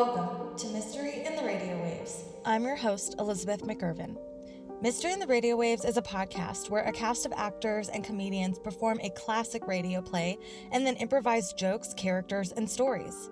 Welcome to Mystery in the Radio Waves. I'm your host, Elizabeth McIrvin. Mystery in the Radio Waves is a podcast where a cast of actors and comedians perform a classic radio play and then improvise jokes, characters, and stories.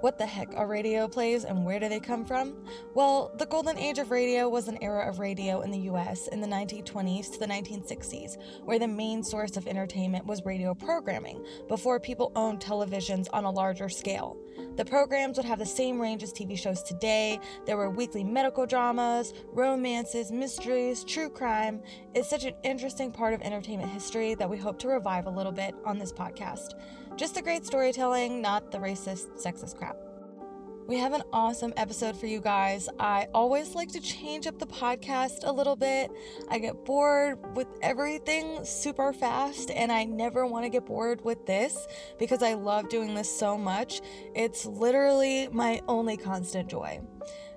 What the heck are radio plays and where do they come from? Well, the golden age of radio was an era of radio in the US in the 1920s to the 1960s, where the main source of entertainment was radio programming before people owned televisions on a larger scale. The programs would have the same range as TV shows today. There were weekly medical dramas, romances, mysteries, true crime. It's such an interesting part of entertainment history that we hope to revive a little bit on this podcast. Just the great storytelling, not the racist, sexist crap. We have an awesome episode for you guys. I always like to change up the podcast a little bit. I get bored with everything super fast, and I never want to get bored with this because I love doing this so much. It's literally my only constant joy.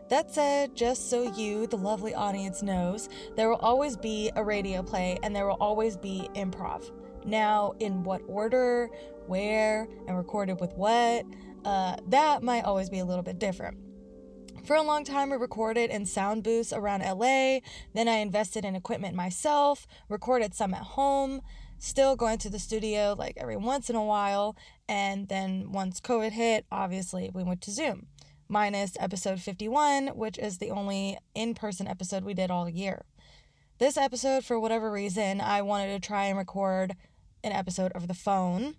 That said, just so you, the lovely audience, knows, there will always be a radio play and there will always be improv. Now, in what order, where, and recorded with what, uh, that might always be a little bit different. For a long time, I recorded in sound booths around LA. Then I invested in equipment myself, recorded some at home, still going to the studio like every once in a while. And then once COVID hit, obviously, we went to Zoom, minus episode 51, which is the only in person episode we did all year. This episode, for whatever reason, I wanted to try and record an episode over the phone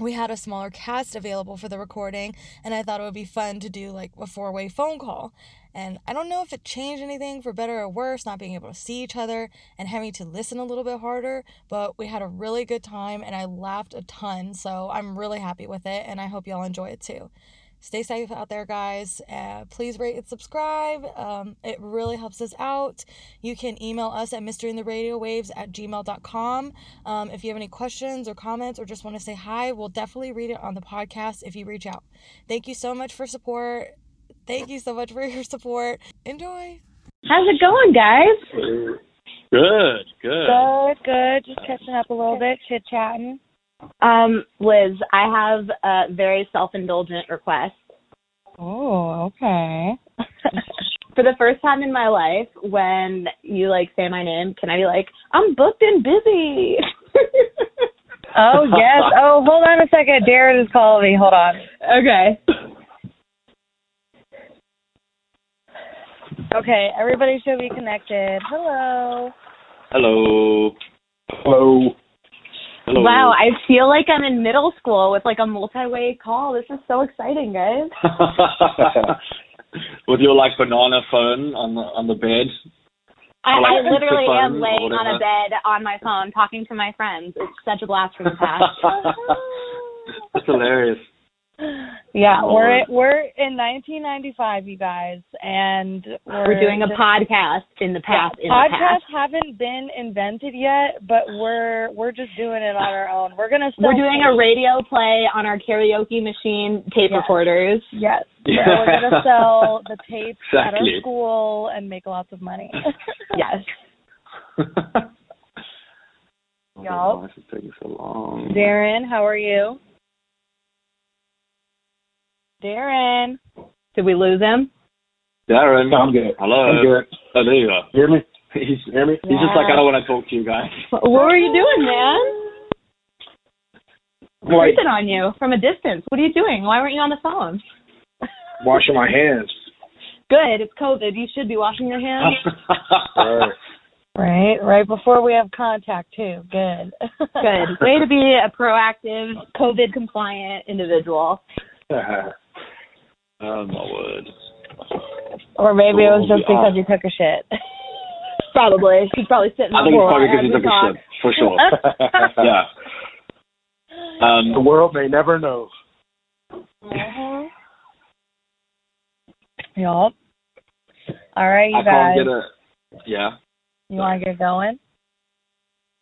we had a smaller cast available for the recording and i thought it would be fun to do like a four-way phone call and i don't know if it changed anything for better or worse not being able to see each other and having to listen a little bit harder but we had a really good time and i laughed a ton so i'm really happy with it and i hope y'all enjoy it too stay safe out there guys uh, please rate and subscribe um, it really helps us out you can email us at mysteryintheradiowaves at gmail.com um, if you have any questions or comments or just want to say hi we'll definitely read it on the podcast if you reach out thank you so much for support thank you so much for your support enjoy How's it going, guys? Good, good. Good, good. Just catching up a little bit, chit chatting. Um, Liz, I have a very self-indulgent request. Oh, okay. For the first time in my life, when you like say my name, can I be like, I'm booked and busy? Oh yes. Oh, hold on a second. Darren is calling me. Hold on. okay. Okay, everybody should be connected. Hello. Hello. Hello. Hello. Wow, I feel like I'm in middle school with like a multi-way call. This is so exciting, guys. With your like banana phone on the on the bed. I, Or, like, I literally phone am or laying on whatever. a bed on my phone talking to my friends. It's such a blast from the past. That's hilarious. Yeah, Lord. we're we're in 1995, you guys, and we're, We're doing a just- podcast in the past. in Yeah, the past. podcasts haven't been invented yet, but we're we're just doing it on our own. We're gonna. We're still- doing a radio play on our karaoke machine tape Yes. recorders. Yes. So we're gonna sell the tapes at our Exactly. school and make lots of money. Yes. Y'all. Why is it taking so long? Darren, how are you? Darren. Did we lose him? Darren. I'm good. Hello. I'm good. Oh, there you are. Hear me? He's, Hear me? he's just like I don't want to talk to you guys. What were you doing, man? I'm like Listen on you from a distance. What are you doing? Why weren't you on the phone? washing my hands. Good. It's COVID. You should be washing your hands. Right. Right, right before we have contact too. Good. Good. Way to be a proactive, COVID compliant individual. oh my word. Or maybe it was Oh, just because yeah. you took a shit. uh, Probably. She's probably sitting I on think the floor it's probably because as he we took a talk. shit, for sure. yeah. the Um, world may never know. Mm-hmm. Yup. All right, you I guys. can't get a. Yeah. you want to get going?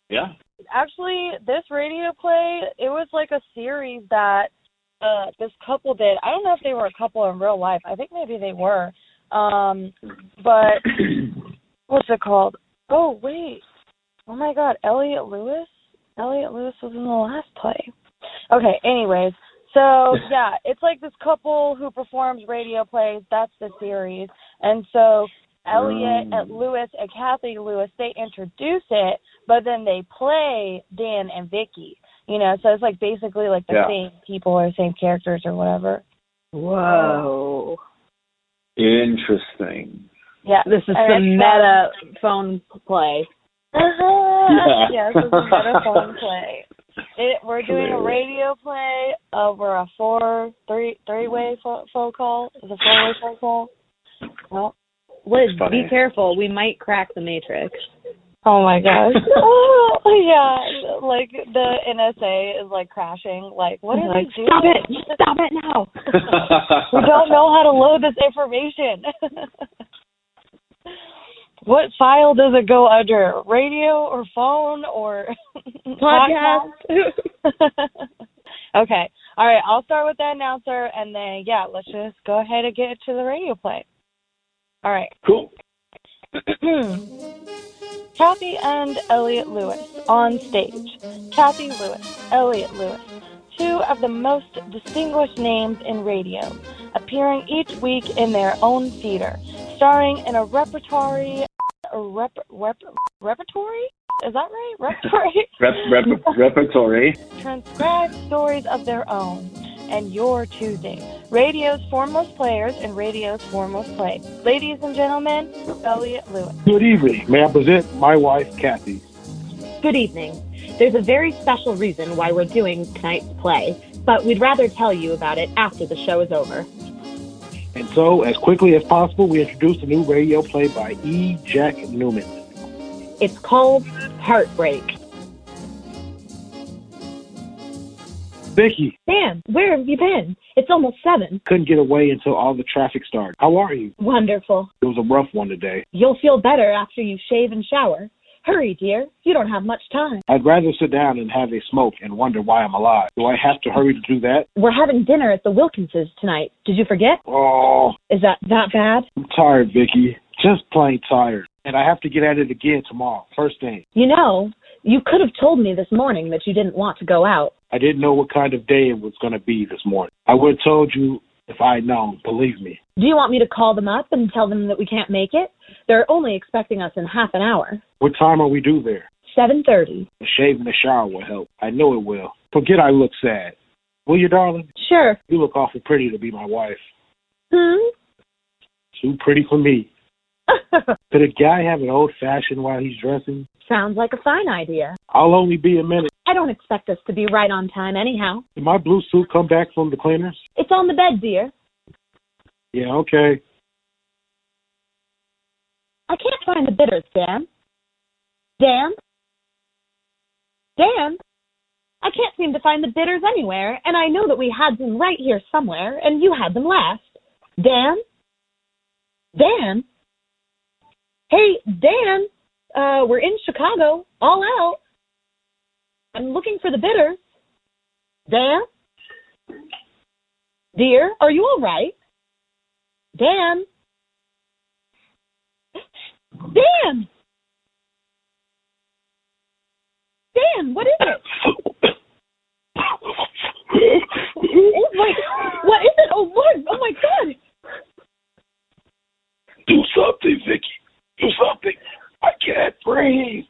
Yeah. Actually, this radio play, it was like a series that uh this couple did. I don't know if they were a couple in real life. I think maybe they were. Um but what's it called? Oh wait. Oh my god, Elliot Lewis? Elliot Lewis was in the last play. Okay, anyways, So Oh, yeah, it's like this couple who performs radio plays. That's the series, and so Elliot Mm. and Lewis and Kathy Lewis they introduce it, but then they play Dan and Vicky. You know, so it's like basically like the Yeah. same people or same characters or whatever. Whoa. Interesting. Yeah, This is And some it's, meta phone play. Uh-huh. Yeah. Yes, this is another phone play. It, we're doing a Clearly. radio play over a four, three, three-way pho- phone call. Is a four-way phone call? No. Liz, That's be funny. careful. We might crack the matrix. Oh my gosh. oh yeah, like the NSA is like crashing. Like what are Like, they doing? Stop it! Stop it now! we don't know how to load this information. what file does it go under? Radio or phone or Podcast. okay. All right. I'll start with the announcer, and then yeah, let's just go ahead and get to the radio play. All right. Cool. Kathy and Elliot Lewis on stage. Kathy Lewis, Elliot Lewis, two of the most distinguished names in radio, appearing each week in their own theater, starring in a repertory. A rep, rep, repertory? Is that right? Repertory? Rep, rep, repertory. transcribe stories of their own and your choosing. Radio's foremost players and radio's foremost play. Ladies and gentlemen, Elliot Lewis. Good evening. May I present my wife, Kathy? Good evening. There's a very special reason why we're doing tonight's play, but we'd rather tell you about it after the show is over. And so, as quickly as possible, we introduce the new radio play by E. Jack Newman. It's called Heartbreak. Vicky Sam, where have you been? It's almost seven. couldn't get away until all the traffic started. How are you? Mm-hmm. Wonderful. It was a rough one today. You'll feel better after you shave and shower. Hurry, dear. You don't have much time. I'd rather sit down and have a smoke and wonder why I'm alive. Do I have to hurry to do that? We're having dinner at the Wilkinses tonight. Did you forget? Oh, Is that that bad? I'm tired, Vicky. Just plain tired. And I have to get at it again tomorrow, first thing. You know, you could have told me this morning that you didn't want to go out. I didn't know what kind of day it was going to be this morning. I would have told you if I had known, believe me. Do you want me to call them up and tell them that we can't make it? They're only expecting us in half an hour. What time are we due there? Seven thirty. A shave and a shower will help. I know it will. Forget I look sad. Will you, darling? Sure. You look awful pretty to be my wife. Hmm. Too pretty for me. Could a guy have an old fashioned while he's dressing? Sounds like a fine idea. I'll only be a minute. I don't expect us to be right on time anyhow. Did my blue suit come back from the cleaners? It's on the bed, dear. Yeah, okay. I can't find the bitters, Dan. Dan. Dan. I can't seem to find the bitters anywhere, and I know that we had them right here somewhere, and you had them last. Dan. Dan. Hey, Dan. Uh, we're in Chicago, all out. I'm looking for the bitters. Dan? Dear, are you all right? Dan? Dan! Dan, what is it? Oh my, what is it? Oh Lord, oh my God! Do something, Vicky. Do something. I can't breathe.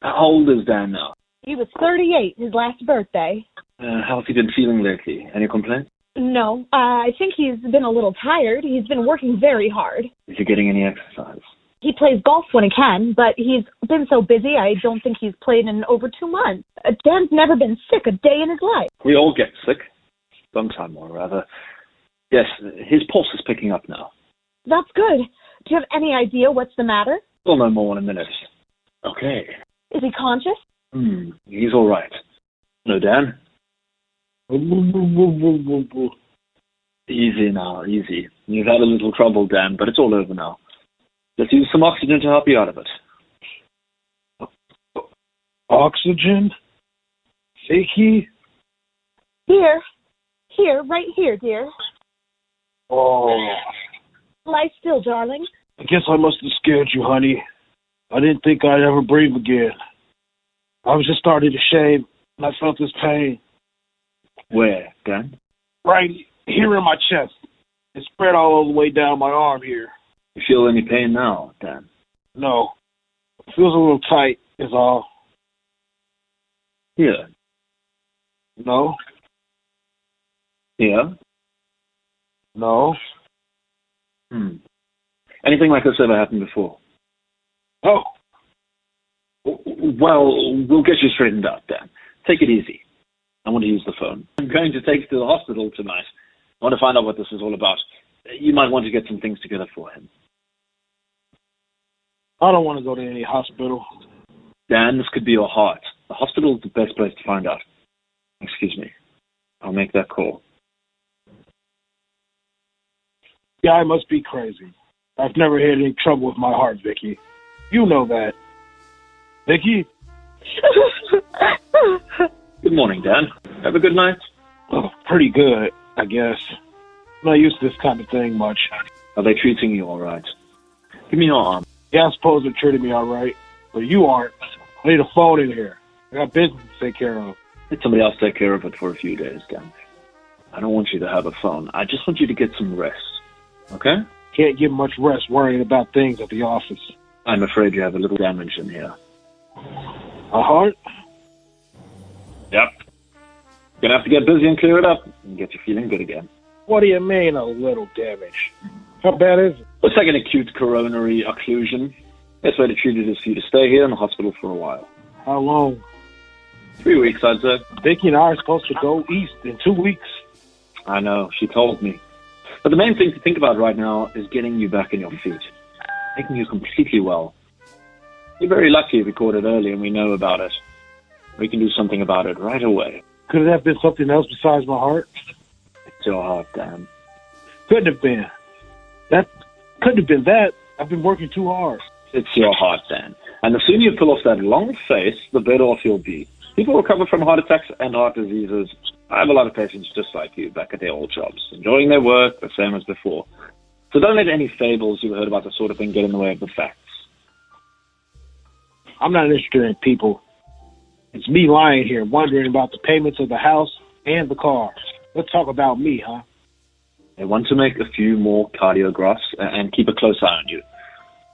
How old is Dan now? He was 38, his last birthday. Uh, how's he been feeling lately? Any complaints? No, uh, I think he's been a little tired. He's been working very hard. Is he getting any exercise? He plays golf when he can, but he's been so busy I don't think he's played in over two months. Uh, Dan's never been sick a day in his life. We all get sick. Sometime or rather. Yes, his pulse is picking up now. That's good. Do you have any idea what's the matter? We'll know more in a minute. Okay. Is he conscious? Hmm. He's all right. No, Dan. Easy now, easy. You've had a little trouble, Dan, but it's all over now. Let's use some oxygen to help you out of it. Oxygen? Vicky? Here. Here, right here, dear. Oh, Lie still, darling. I guess I must have scared you, honey. I didn't think I'd ever breathe again. I was just starting to shave, and I felt this pain Where, Dan? right here in my chest. It spread all the way down my arm here. You feel any pain now, Dan? No, it feels a little tight. Is all. Yeah. No, Yeah? no, Hmm. Anything like this ever happened before? no. Oh. Well, we'll get you straightened out, Dan. Take it easy. I want to use the phone. I'm going to take you to the hospital tonight. I want to find out what this is all about. You might want to get some things together for him. I don't want to go to any hospital. Dan, this could be your heart. The hospital is the best place to find out. Excuse me. I'll make that call. Yeah, I must be crazy. I've never had any trouble with my heart, Vicky. You know that. Vicky? Good morning, Dan. Have a good night. Oh, pretty good, I guess. I'm not used to this kind of thing much. Are they treating you all right? Give me your arm. Yeah, I suppose they're treating me all right, but you aren't. I need a phone in here. I got business to take care of. Let somebody else take care of it for a few days, Dan. I don't want you to have a phone. I just want you to get some rest. Okay? Can't get much rest worrying about things at the office. I'm afraid you have a little damage in here. A heart? Yep. Gonna have to get busy and clear it up and get you feeling good again. What do you mean a little damage? How bad is it? Looks like an acute coronary occlusion. Best way to treat it is for you to stay here in the hospital for a while. How long? Three weeks, I'd say. Vicky and I are supposed to go east in two weeks. I know, she told me. But the main thing to think about right now is getting you back on your feet, making you completely well. You're very lucky if we caught it early and we know about it. We can do something about it right away. Could it have been something else besides my heart? It's your heart, Dan. Couldn't have been. That couldn't have been that. I've been working too hard. It's your heart, Dan. And the sooner you pull off that long face, the better off you'll be. People recover from heart attacks and heart diseases. I have a lot of patients just like you back at their old jobs, enjoying their work the same as before. So don't let any fables you've heard about this sort of thing get in the way of the facts. I'm not interested in people. It's me lying here wondering about the payments of the house and the car. Let's talk about me, huh? They want to make a few more cardiographs a- and keep a close eye on you.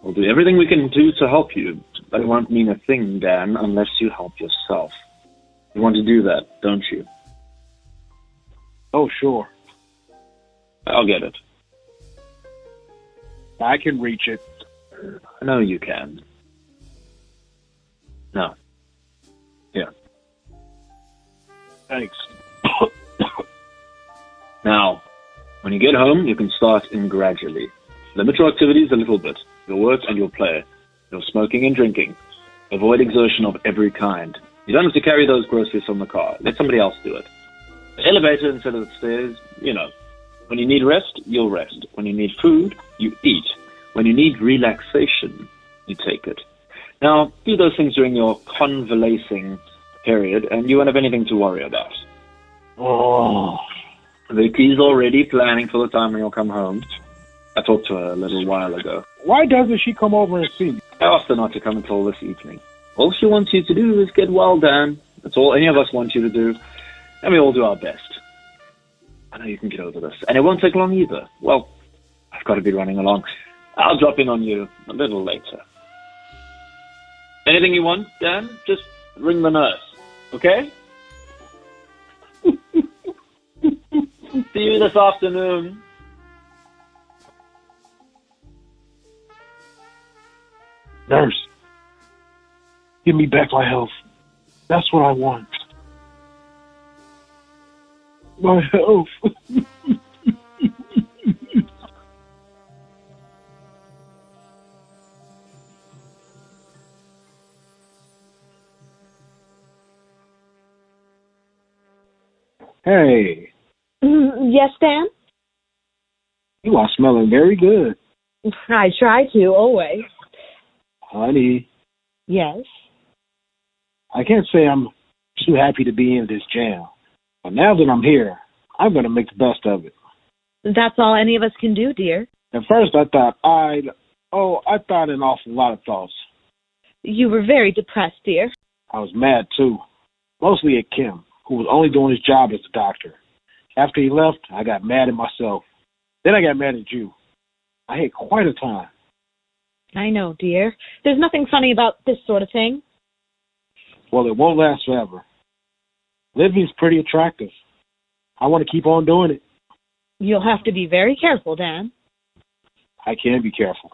We'll do everything we can do to help you, but it won't mean a thing, Dan, unless you help yourself. You want to do that, don't you? Oh, sure. I'll get it. I can reach it. I know you can. No. Yeah. Thanks. Now, when you get home, you can start in gradually. Limit your activities a little bit your work and your play, your smoking and drinking. Avoid exertion of every kind. You don't have to carry those groceries from the car. Let somebody else do it. The elevator instead of the stairs, you know. When you need rest, you'll rest. When you need food, you eat. When you need relaxation, you take it. Now, do those things during your convalescing period, and you won't have anything to worry about. Oh, Vicky's already planning for the time when you'll come home. I talked to her a little while ago. why doesn't she come over and see me? I asked her not to come until this evening. All she wants you to do is get well, Dan. That's all any of us want you to do. And we all do our best. I know you can get over this. And it won't take long either. Well, I've got to be running along. I'll drop in on you a little later. Anything you want, Dan? Just ring the nurse. Okay? See you this afternoon. Nurse, give me back my health. That's what I want. My health. hey, Mm, yes, Dan? you are smelling very good, I try to, always. honey. Yes. I can't say I'm too happy to be in this jam, but now that I'm here, I'm going to make the best of it. That's all any of us can do, dear. At first, I thought I'd, oh, I thought an awful lot of thoughts. You were very depressed, dear. I was mad too, mostly at Kim, who was only doing his job as a doctor. After he left, I got mad at myself. Then I got mad at you. I had quite a time. I know, dear. There's nothing funny about this sort of thing. Well, it won't last forever. Livy's pretty attractive. I want to keep on doing it. You'll have to be very careful, Dan. I can be careful.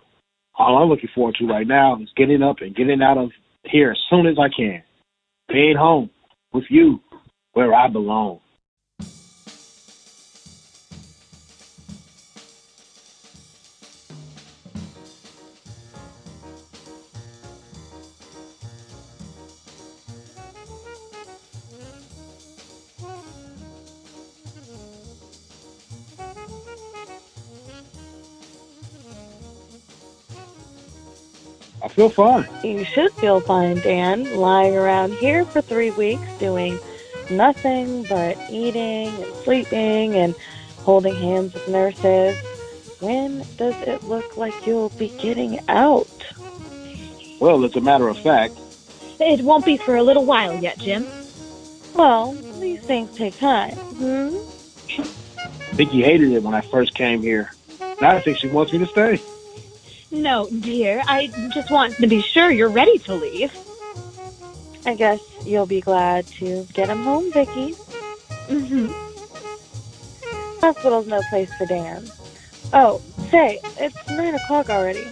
All I'm looking forward to right now is getting up and getting out of here as soon as I can. Being home with you where I belong. I feel fine. You should feel fine, Dan, lying around here for three weeks doing nothing but eating and sleeping and holding hands with nurses. When does it look like you'll be getting out? Well, as a matter of fact, It won't be for a little while yet, Jim. Well, these things take time. Hmm? Vicky hated it when I first came here. Now I think she wants me to stay. No, dear. I just want to be sure you're ready Oh, to leave. I guess you'll be glad to get him home, Vicky. hmm Hospital's no place for Dan. Oh, say, it's 9 o'clock already.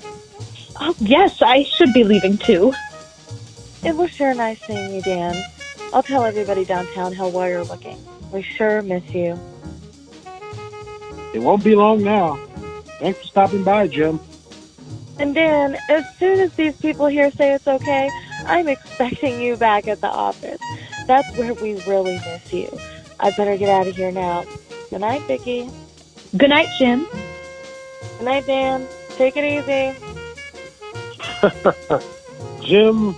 Oh, yes, I should be leaving too. It was sure nice seeing you, Dan. I'll tell everybody downtown how well you're looking. We sure miss you. It won't be long now. Thanks for stopping by, Jim. And Dan, as soon as these people here say it's okay, I'm expecting you back at the office. That's where we really miss you. I better get out of here now. Good night, Vicky. Good night, Jim. Good night, Dan. Take it easy. Jim,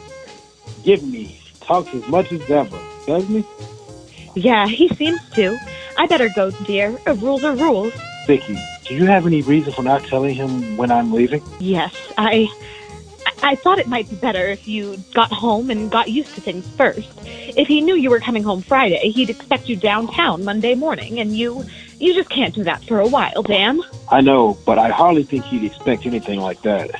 give me talks as much as ever, doesn't he? Yeah, he seems to. I better go, dear. Uh, Rules are rules. Vicky, do you have any reason for not telling him when I'm leaving? Yes, I. I- I thought it might be better if you got home and got used to things first. If he knew you were coming home Friday, he'd expect you downtown Monday morning, and you. You just can't do that for a while, Dan. I know, but I hardly think he'd expect anything like that.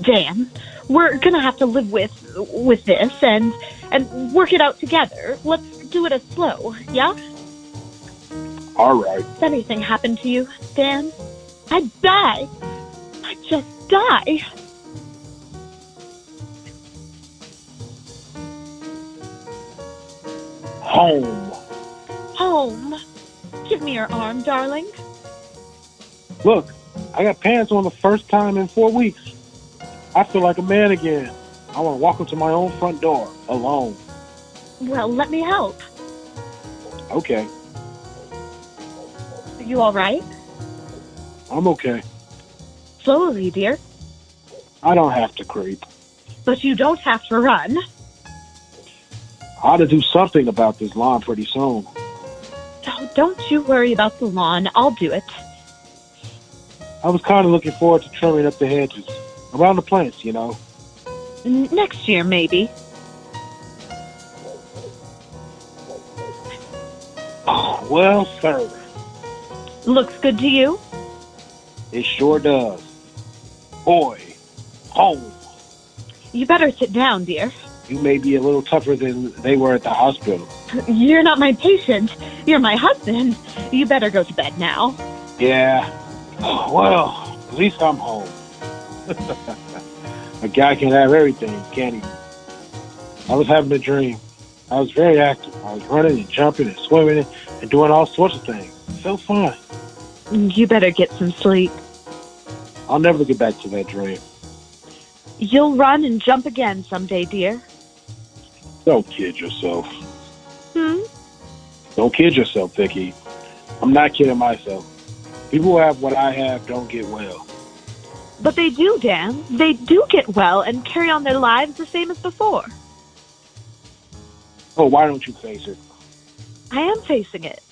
Dan, we're gonna have to live with with this and and work it out together. Let's do it as slow, yeah? All right. If anything happened to you, Dan, I'd die. I'd just die. Home. Home. Give me your arm, darling. Look, I got pants on the first time in four weeks. I feel like a man again. I want to walk up to my own front door alone. Well, let me help. Okay, Are you all right? I'm okay. Slowly, dear. I don't have to creep. But you don't have to run. I ought to do something about this lawn pretty soon. Oh, don't you worry about the lawn. I'll do it. I was kind of looking forward to trimming up the hedges around the plants, you know. N- next year, maybe. Oh, well, sir, Looks good to you? it sure does. Boy, home. You better sit down, dear. You may be a little tougher than they were at the hospital. You're not my patient. You're my husband. You better go to bed now. Yeah. Well, at least I'm home. a guy can have everything, can he? I was having a dream. I was very active. I was running and jumping and swimming and doing all sorts of things. It felt fine. You better get some sleep. I'll never get back to that dream. You'll run and jump again someday, dear. Don't kid yourself. Hmm? Don't kid yourself, Vicky. I'm not kidding myself. People who have what I have don't get well. But they do, Dan. They do get well and carry on their lives the same as before. Oh, why don't you face it? I am facing it.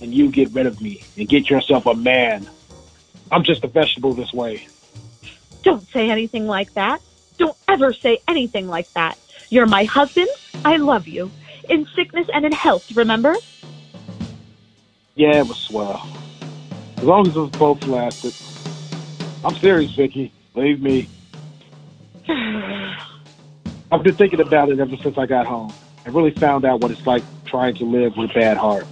And you get rid of me and get yourself a man. I'm just a vegetable this way. Don't say anything like that. Don't ever say anything like that. You're my husband. I love you. In sickness and in health, remember? Yeah, it was swell. As long as us both lasted. I'm serious, Vicky. Believe me. I've been thinking about it ever since I got home. I really found out what it's like trying to live with a bad heart.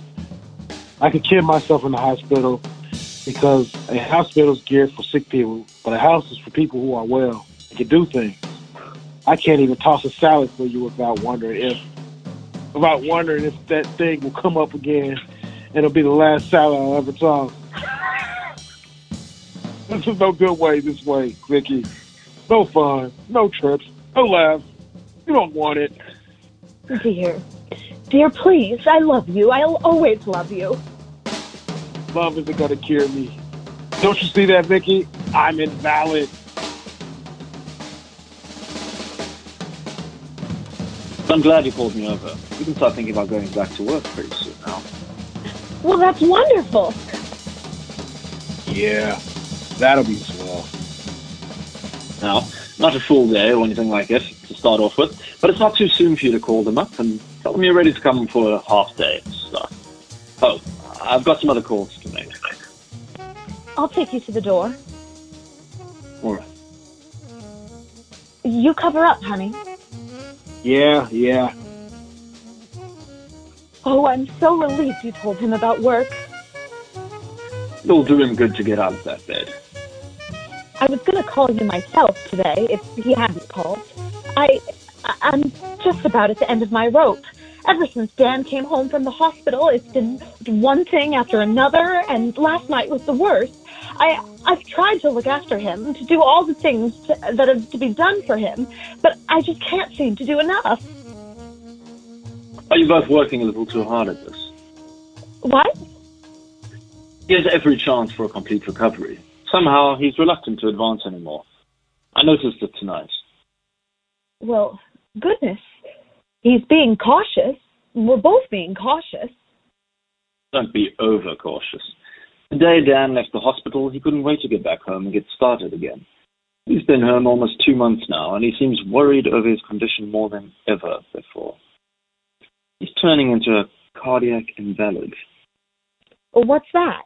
I could kill myself in the hospital because a hospital's geared for sick people, but a house is for people who are well and can do things. I can't even toss a salad for you without wondering if without wondering if that thing will come up again and it'll be the last salad I'll ever toss. this is no good way this way, Vicky. No fun, no trips, no laughs. You don't want it. Dear. Dear, please, I love you. I'll always love you. Love isn't gonna cure me. Don't you see that, Vicky? I'm invalid. I'm glad you called me over. We can start thinking about going back to work pretty soon now. Well, that's wonderful. Yeah, that'll be swell. Now, not a full day or anything like it to start off with, but it's not too soon for you to call them up and tell them you're ready to come for a half day and stuff. Oh, I've got some other calls to make. I'll take you to the door. All right. You cover up, honey. Yeah, yeah. Oh, I'm so relieved you told him about work. It'll do him good to get out of that bed. I was gonna call you myself today if he hadn't called. I, I- I'm just about at the end of my rope. Ever since Dan came home from the hospital, it's been one thing after another, and last night was the worst. I, I've tried to look after him, to do all the things to, that have to be done for him, but I just can't seem to do enough. Are you both working a little too hard at this? What? He has every chance for a complete recovery. Somehow, he's reluctant to advance anymore. I noticed it tonight. Well, goodness, he's being cautious. We're both being cautious. Don't be overcautious. The day Dan left the hospital, he couldn't wait to get back home and get started again. He's been home almost two months now, and he seems worried over his condition more than ever before. He's turning into a cardiac invalid. What's that?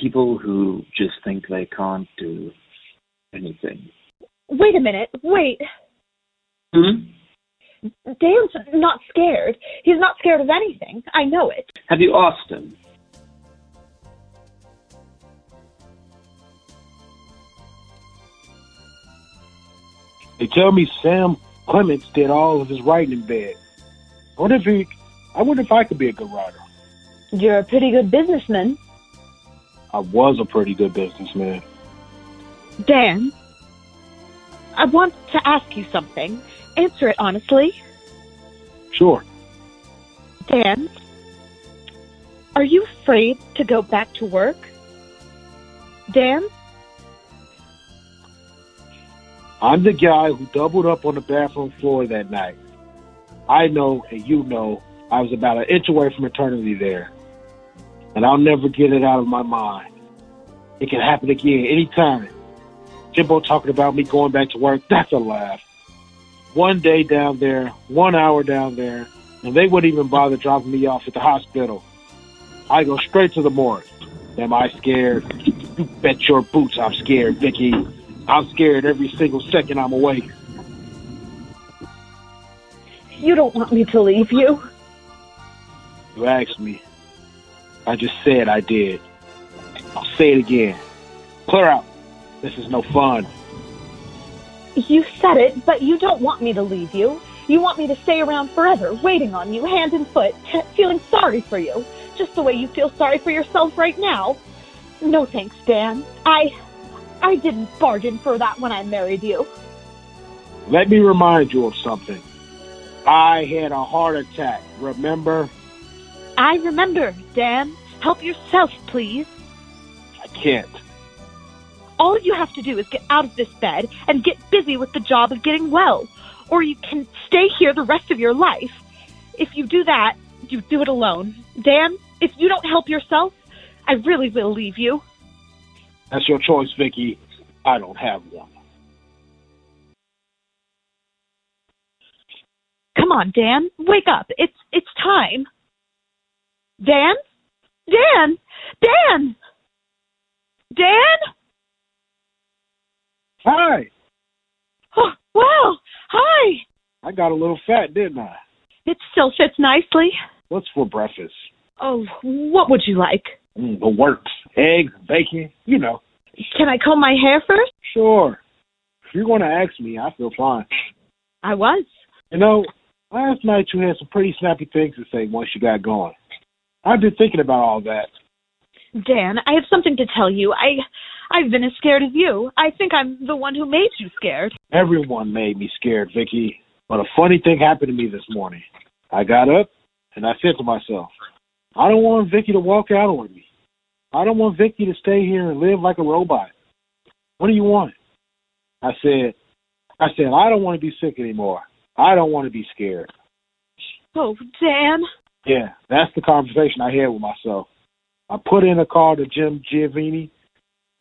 People who just think they can't do anything. Wait a minute. Wait. Hmm? Dan's not scared. He's not scared of anything. I know it. Have you asked him? They tell me Sam Clements did all of his writing in bed. I wonder if he, I wonder if I could be a good writer. You're a pretty good businessman. I was a pretty good businessman. Dan, I want to ask you something. Answer it honestly. Sure. Dan, are you afraid to go back to work? Dan, I'm the guy who doubled up on the bathroom floor that night. I know, and you know, I was about an inch away from eternity there. And I'll never get it out of my mind. It can happen again anytime. Jimbo talking about me going back to work, that's a laugh. One day down there, one hour down there, and they wouldn't even bother dropping me off at the hospital. I go straight to the morgue. Am I scared? You bet your boots I'm scared, Vicky. I'm scared every single second I'm awake. you don't want me to leave you. You asked me. I just said I did. I'll say it again. Clear out. This is no fun. You said it, but you don't want me to leave you. You want me to stay around forever, waiting on you, hand and foot, t- feeling sorry for you, just the way you feel sorry for yourself right now. No thanks, Dan. I, I didn't bargain for that when I married you. Let me remind you of something. I had a heart attack, remember? I remember, Dan. Help yourself, please. I can't. All you have to do is get out of this bed and get busy with the job of getting well, or you can stay here the rest of your life. If you do that, you do it alone. Dan, if you don't help yourself, I really will leave you. That's your choice, Vicky. I don't have one. on, Dan, wake up. It's it's time. Dan? Dan! Dan! Dan? Hi. Oh, wow. Hi. I got a little fat, didn't I? It still fits nicely. What's for breakfast? Oh, what would you like? Mm, the works. Eggs, bacon, you know. Can I comb my hair first? Sure. If you're going to ask me, I feel fine. I was. You know, last night you had some pretty snappy things to say once you got going. I've been thinking about all that. Dan, I have something to tell you. I I've been as scared as you. I think I'm the one who made you scared. Everyone made me scared, Vicky. But a funny thing happened to me this morning. I got up and I said to myself, I don't want Vicky to walk out on me. I don't want Vicky to stay here and live like a robot. What do you want? I said, I said, I don't want to be sick anymore. I don't want to be scared. Oh, Dan. Yeah, that's the conversation I had with myself. I put in a call to Jim Giovanni,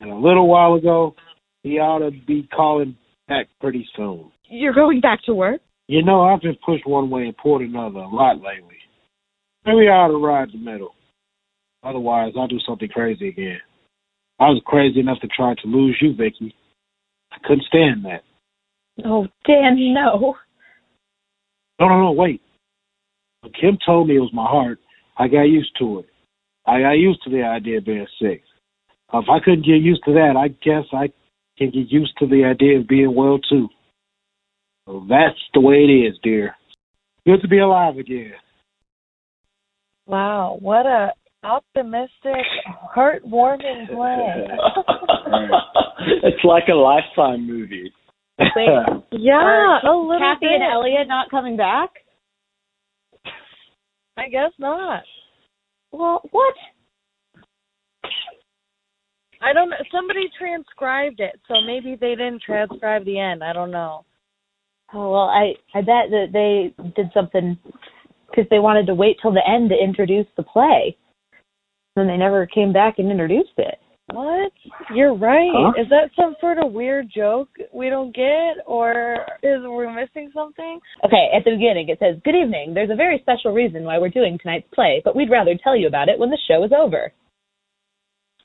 and a little while ago, he ought to be calling back pretty soon. You're going back to work? You know, I've been pushed one way and pulled another a lot lately. Maybe I ought to ride the middle. Otherwise, I'll do something crazy again. I was crazy enough to try to lose you, Vicky. I couldn't stand that. Oh, Dan, no. No, no, no, wait. When Kim told me it was my heart, I got used to it. I got used to the idea of being sick. If I couldn't get used to that, I guess I can get used to the idea of being well, too. So that's the way it is, dear. Good to be alive again. Wow, what a optimistic, heartwarming play. it's like a lifetime movie. Wait. Yeah, a little Kathy bit. and Elliot not coming back? I guess not. Well, what? I don't know. Somebody transcribed it, so maybe they didn't transcribe the end. I don't know. Oh well, I I bet that they did something because they wanted to wait till the end to introduce the play. Then they never came back and introduced it. What? You're right. Huh? Is that some sort of weird joke we don't get, or is we're missing something? Okay, at the beginning it says, "Good evening. There's a very special reason why we're doing tonight's play, but we'd rather tell you about it when the show is over."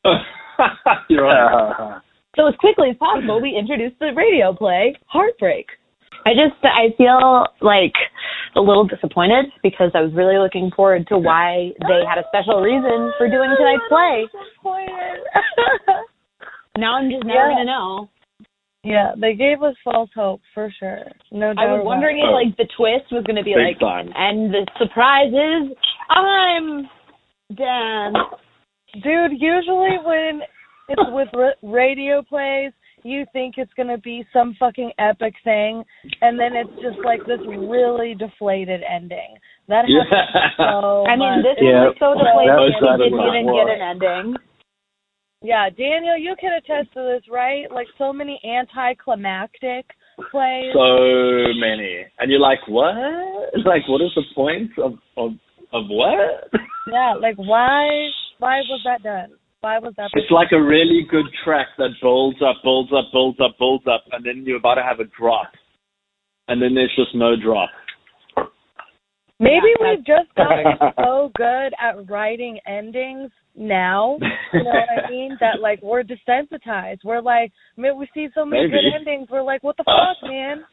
You're right. So as quickly as possible, we introduced the radio play, Heartbreak. I just I feel like a little disappointed because I was really looking forward to why they had a special reason for doing tonight's play. Disappointed. Now I'm just never never gonna gonna know. yeah, they gave us false hope for sure. No doubt. I was about wondering if Oh. like the twist was gonna be Big like time. and the surprise is I'm Dan. it. dude. Usually when it's with r- radio plays, you think it's gonna be some fucking epic thing, and then it's just like this really deflated ending. That Yeah. happens so I mean much. this Yeah, was so that was deflated out we of didn't even my get an ending. Yeah, Daniel, you can attest to this, right? Like so many anticlimactic plays. So many. And you're like, what? It's like, what is the point of of, of what? yeah, like why why was that done? Why was that It's like a really good track that builds up, builds up, builds up, builds up, and then you're about to have a drop. And then there's just no drop. Maybe Yeah, we've just gotten so good at writing endings now. You know what I mean? That like we're desensitized. We're like, man, we see so many Maybe. good endings. We're like, what the fuck, man?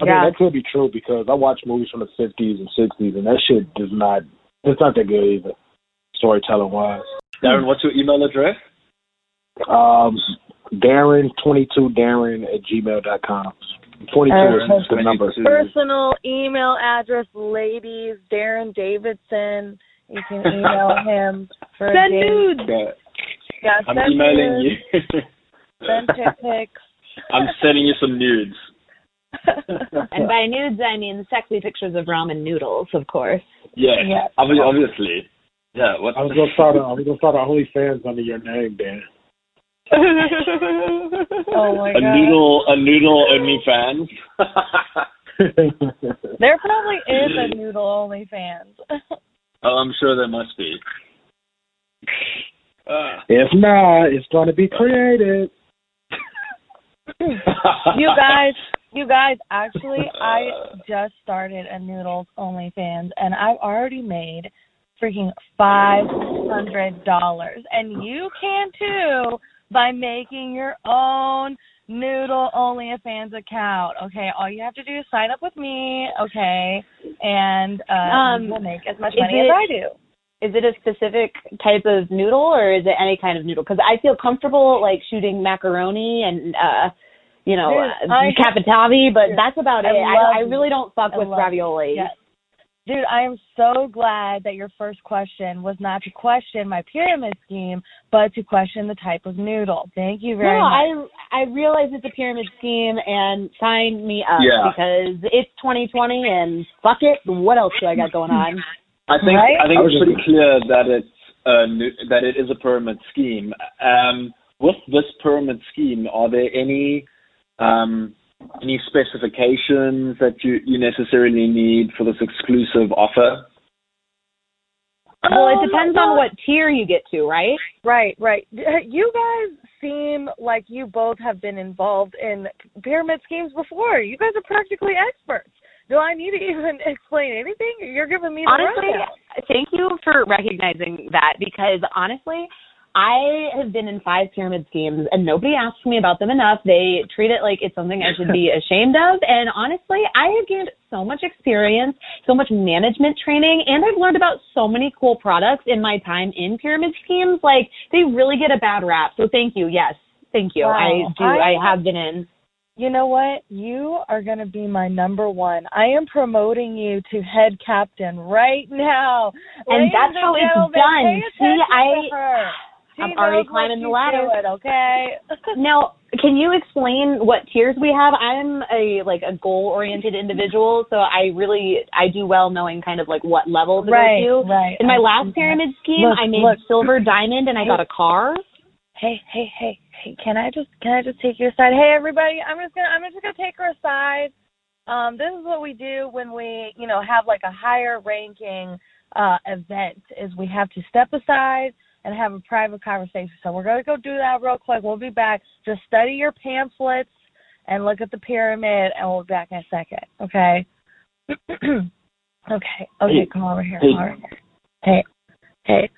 I mean, that could be true because I watch movies from the 50s and 60s, and that shit does not, it's not that good either, storytelling wise. Darren, what's your email address? Um, Darren, 22 Darren at gmail dot com. 22 is the number. Personal email address, ladies. Darren Davidson. You can email him for a Send date. nudes. Okay, Yeah, I'm send nudes. emailing you. Send chick pics. I'm sending you some nudes. And by nudes I mean sexy pictures of ramen noodles, of course. Yeah, Yeah. obvi- obviously. Yeah, what? I was gonna start. A, I was gonna start a OnlyFans under your name, Dan. oh my a god. noodle, a noodle only fans. There probably is a noodle only fans. oh, I'm sure there must be. Uh. if not, it's gonna be created. you guys, You guys, actually, I just started a noodles OnlyFans, and I've already made freaking five hundred dollars, and you can too by making your own noodle OnlyFans account. Okay, all you have to do is sign up with me, okay, and uh, Um, we'll make as much is money it- as I do. Is it a specific type of noodle or is it any kind of noodle? Because I feel comfortable like shooting macaroni and, uh, you know, Dude, uh, I- capatavi, but Dude, that's about I it. love I, I you. really don't fuck I with love you. ravioli. Yes. Dude, I am so glad that your first question was not to question my pyramid scheme, but to question the type of noodle. Thank you very no, much. I I realize it's a pyramid scheme and sign me up Yeah. because it's 2020 and fuck it. What else do I got going on? I think Right? I think I was it's just- pretty clear that it's a new, that it is a pyramid scheme. Um, with this pyramid scheme, are there any um, any specifications that you, you necessarily need for this exclusive offer? Well, it depends on what tier you get to, right? Right, right. You guys seem like you both have been involved in pyramid schemes before. You guys are practically experts. Do I need to even explain anything? You're giving me the honestly, rundown. thank you for recognizing that because honestly, I have been in five pyramid schemes and nobody asks me about them enough. They treat it like it's something I should be ashamed of. And honestly, I have gained so much experience, so much management training, and I've learned about so many cool products in my time in pyramid schemes. Like they really get a bad rap. So thank you. Yes. Thank you. I Wow. do. I- I have been in. You know what? You are going to be my number one. I am promoting you to head captain right now. And Ladies that's how it's gentlemen, done. pay See, attention I- to her. I'm She already knows what climbing the she's ladder. doing, okay. Now, can you explain what tiers we have? I'm a like a goal-oriented individual, so I really I do well knowing kind of like what level to right, go to. right. In my I last see that. pyramid scheme, Look, I made look. silver diamond and I got a car. hey, hey, hey, hey, can I just can I just take you aside? Hey everybody, I'm just gonna I'm just gonna take her aside. Um, this is what we do when we, you know, have like a higher ranking uh event is we have to step aside and have a private conversation. So we're gonna go do that real quick. We'll be back. Just study your pamphlets and look at the pyramid and we'll be back in a second, okay? okay. Okay, Hey. come over here. Hey. All right. Hey. Hey.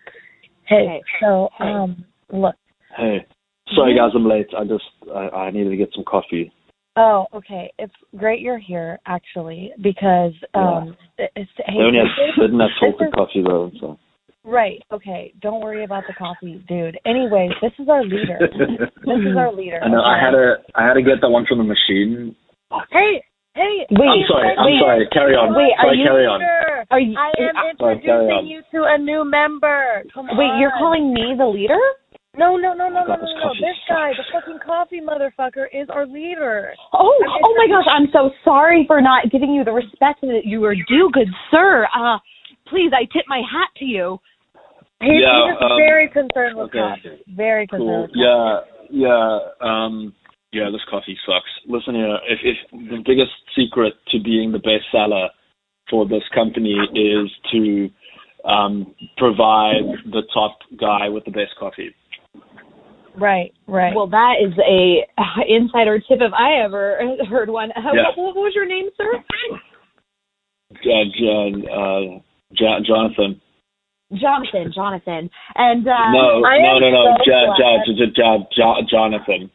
Hey. Hey. So Hey. um look Hey, Mm-hmm. sorry guys, I'm late. I just I, I needed to get some coffee. Oh, okay. It's great you're here, actually, because um, it's I hey, only have this- didn't this have is- filtered coffee though. So. right. Okay, don't worry about the coffee, dude. Anyway, this is our leader. this is our leader. I know I okay? had to I had to get that one from the machine. Hey, Wait, hey. I'm sorry. I'm wait. sorry. Carry on. Wait, are sorry, you- carry on. Leader. Are you? uh, I am Sorry, carry introducing on. you to a new member. Come on. wait, you're calling me the leader? No, no, no, no, no, no, I got no. this no. coffee. This guy, the fucking coffee motherfucker, is our leader. Oh, I'm oh my gosh! I'm so sorry for not giving you the respect that you are due, good sir. Uh, please, I tip my hat to you. He, Yeah, he's just um, very concerned with okay. coffee. Very concerned. With Cool. coffee. Yeah, yeah, um, yeah. This coffee sucks. Listen here, if, if the biggest secret to being the best seller for this company is to um, provide the top guy with the best coffee. Right, right. Well, that is a uh, insider tip if I ever heard one. Uh, Yeah. what, what was your name, sir? Uh, Jan, uh, Ja Jonathan. Jonathan. Jonathan. And uh, No, Um, I no, am no, no. so Ja, ja, glad. ja, ja, ja, Jonathan.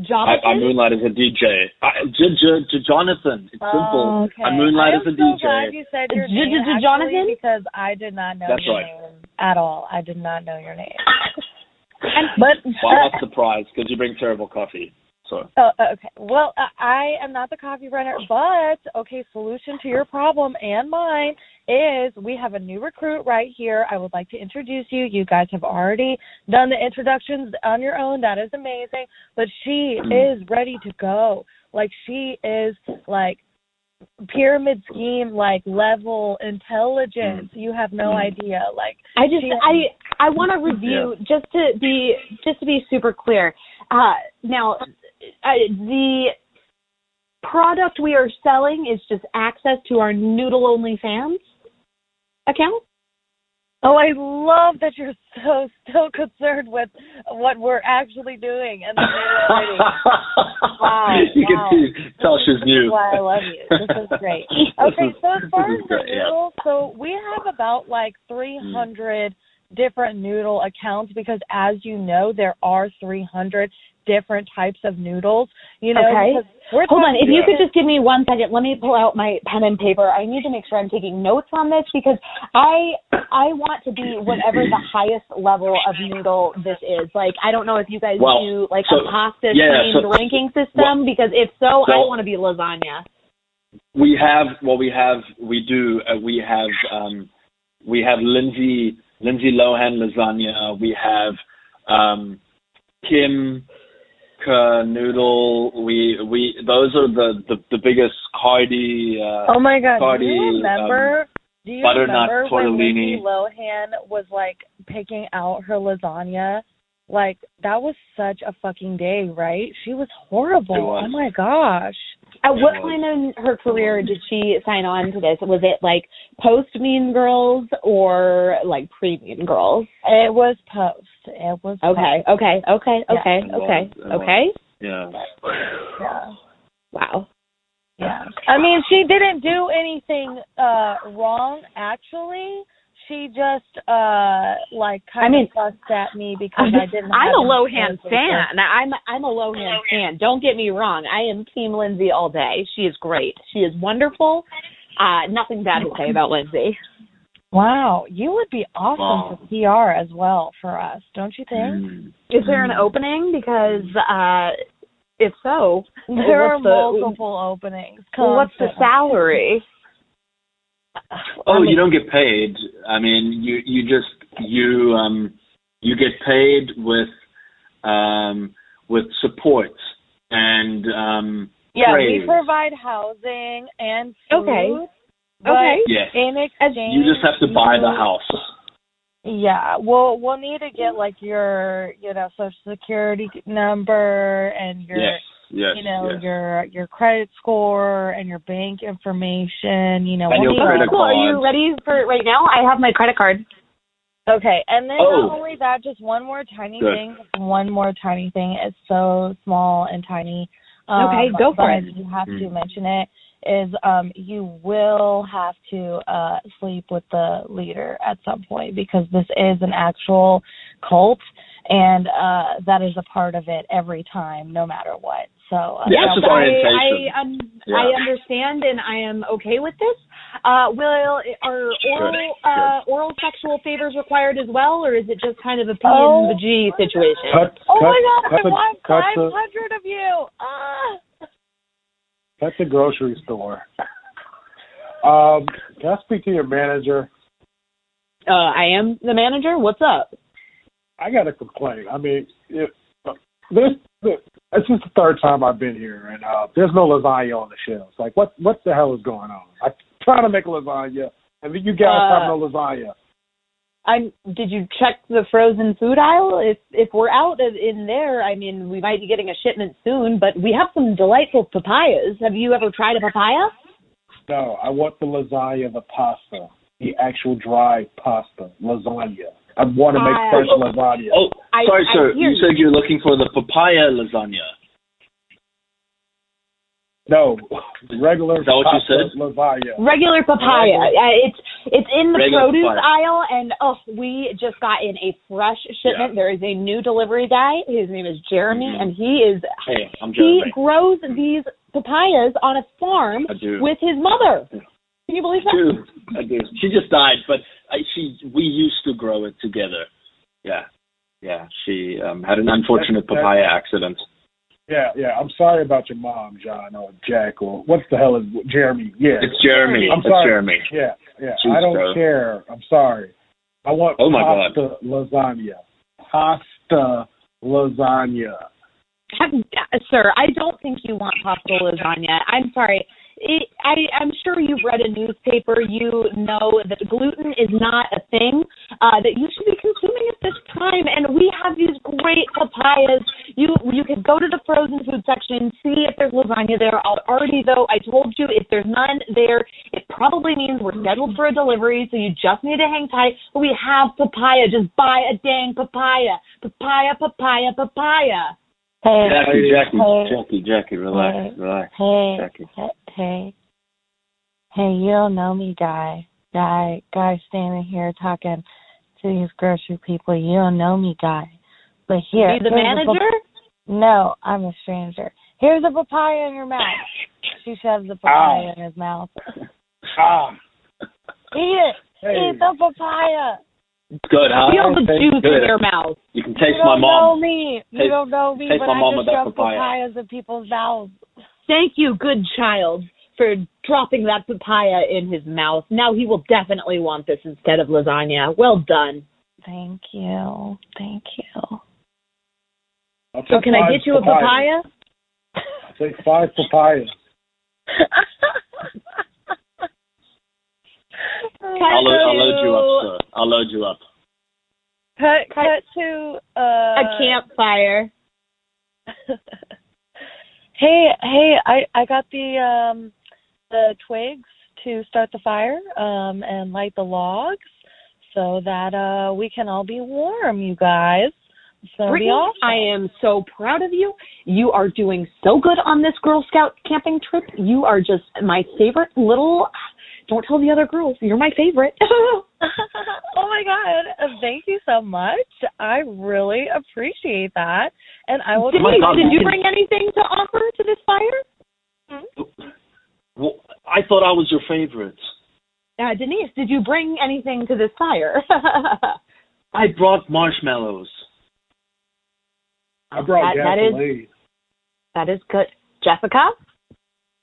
I, Jonathan. I moonlight as a DJ. I, J, J, J, Jonathan. It's simple. Oh, Okay. I moonlight am as a so DJ. glad you said your J- name, J- J- actually, Jonathan? because I did not know That's your right. name at all. I did not know your name. And- But Well, I'm not surprised because you bring terrible coffee. So. Oh, okay. Well, uh, I am not the copywriter, but okay, solution to your problem and mine is we have a new recruit right here. I would like to introduce you. You guys have already done the introductions on your own. That is amazing. But she is ready to go. Like she is like pyramid scheme like level intelligence. You have no idea. Like I just Yeah. I I want to review just to be just to be super clear. Uh, now, uh, the product we are selling is just access to our noodle only fans account. Oh, I love that you're so so concerned with what we're actually doing and the new writing. Wow, you Oh, wow. can see Tasha's This new. is why I love you. This is great. Okay, so as far as This is the great, yeah. Hmm. noodle, so we have about like 300 different noodle accounts because, as you know, there are 300 different types of noodles. You know, Okay. because we're Hold on, talking if you could about- just give me one second, let me pull out my pen and paper. I need to make sure I'm taking notes on this because I I want to be whatever the highest level of noodle this is. Like I don't know if you guys Well, do like so- a pasta yeah, themed so- ranking system because if so, I So- want to be lasagna. we have well we have we do uh, we have um we have lindsay lindsay lohan lasagna we have um kim Ka noodle we we those are the the, the biggest cardi uh Oh my God! Cardi, do you remember? do you butternut remember when Lindsay tortellini. Lohan was like picking out her lasagna? Like that was such a fucking day, right? She was horrible. It was. Oh my gosh. At what Yeah. point in her career did she sign on to this? Was it like post Mean Girls or like pre Mean Girls? It was post. It was Okay, okay, okay, Yeah. okay, It was, okay, it was. okay. yeah Post. Yeah. Wow. Yeah. I mean, she didn't do anything uh wrong actually. She just uh like kind I mean- of fussed at me because I didn't I'm have a any Lohan choice. fan. I'm I'm a Lohan fan. Don't get me wrong. I am Team Lindsay all day. She is great. She is wonderful. Uh, nothing bad to say about Lindsay. Wow, you would be Wow. awesome for PR as well for us, don't you think? Mm. Is there an opening? Because uh, if so, Mm. There are what's the, multiple openings. what's the constantly. salary? oh you don't get paid i mean you you just you um you get paid with um with support and um Yeah, praise. we provide housing and food. Okay. but Okay. yes In exchange, you just have to buy the you- house Yeah, we'll we'll need to get like your you know social security number and your yes yes you know yes. your your credit score and your bank information. You know, And we'll your need all credit Cool. Are you card. ready for right now? Oh, I have my credit card. Okay, and then Oh. not only that, just one more tiny Good. thing. um, One more tiny thing. It's so small and tiny. Um, Okay, go for but it. You have to Mm. mention it. Is um you will have to uh sleep with the leader at some point because this is an actual cult and uh that is a part of it every time, no matter what. So uh, that Yeah, it's just was- orientation. I, I, um, Yeah. I understand and I am okay with this. Uh, will are oral uh, oral sexual favors required as well, or is it just kind of a P Oh. and the G situation? Cut, oh cut, my god, cut, I the, want cut, five the, hundred of you. Ah. Uh-huh. cut the grocery store. Um, can I speak to your manager? Uh, I am the manager. What's up? I got to complain. I mean, if, this this is the third time I've been here, and uh, there's no lasagna on the shelves. Like, what what the hell is going on? I'm trying to make a lasagna, and then you guys Uh, have no lasagna. I'm. Did you check the frozen food aisle? If if we're out of, in there, I mean, we might be getting a shipment soon. But we have some delightful papayas. Have you ever tried a papaya? No, I want the lasagna, the pasta, the actual dry pasta lasagna. I want to make Uh, fresh lasagna. Oh, I- sorry, I sir. hear You you. said you're looking for the papaya lasagna. No, regular Is that what you pasta said? lasagna. Regular papaya. Regular- Uh, it's it's in the Regular produce papaya. aisle, and oh, we just got in a fresh shipment. Yeah. There is a new delivery guy. His name is Jeremy, Mhm. and he is Hey, I'm he Jeremy. grows these papayas on a farm I do. with his mother. Yeah. Can you believe I that? do. I do. She just died, but I, she we used to grow it together. Yeah, yeah. She um, had an unfortunate That's- papaya accident. Yeah, yeah. I'm sorry about your mom, John or Jack or what the hell is Jeremy? Yeah, It's Jeremy. I'm it's sorry. Jeremy. Yeah, yeah. Jeez, I don't bro. care. I'm sorry. I want Oh my pasta lasagna. Pasta lasagna. Have- uh, Sir, I don't think you want pasta lasagna. I'm sorry. It, I, I'm sure you've read a newspaper. You know that gluten is not a thing uh, that you should be consuming at this time. And we have these great papayas. You you can go to the frozen food section, see if there's lasagna there. Al- Already though, I told you if there's none there, it probably means we're We're scheduled for a delivery, so you just need to hang tight. But we have papaya. Just buy a dang papaya. Papaya, papaya, papaya. Hey, Jackie, Jackie, hey, Jackie, Jackie, relax, relax, hey, Jackie. hey, hey, hey, you don't know me, guy, guy, guy, standing here talking to these grocery people. You don't know me, guy, but here, Be the here's a pap- manager? no, I'm a stranger. Here's a papaya in your mouth. She shoves the papaya in his mouth. Ah, Eat it. hey, Eat the papaya. Good, huh? Feel the juice Good. in your mouth. You can You taste don't my know mom. me. You Taste- don't know me, taste but my I mama just that shove papaya. papayas in people's mouths. Thank you, good child, for dropping that papaya in his mouth. Now he will definitely want this instead of lasagna. Well done. Thank you. Thank you. I'll take So can I five get you a papaya? I'll take five papayas. I'll, lo- I'll load you up, sir. I'll load you up. Cut, cut to uh, A campfire. hey, hey, I I got the um the twigs to start the fire um and light the logs so that uh we can all be warm, you guys. So be Brittany, awesome. I am so proud of you. You are doing so good on this Girl Scout camping trip. You are just my favorite little. Don't tell the other girls. You're my favorite. oh my god! uh, Thank you so much. I really appreciate that, and I will. Did, my you- God, did you Megan. bring anything to offer to this fire? Well, I thought I was your favorite. Uh, Denise, did you bring anything to this fire? I brought marshmallows. I brought That- that is- gasoline. that is good. Jessica,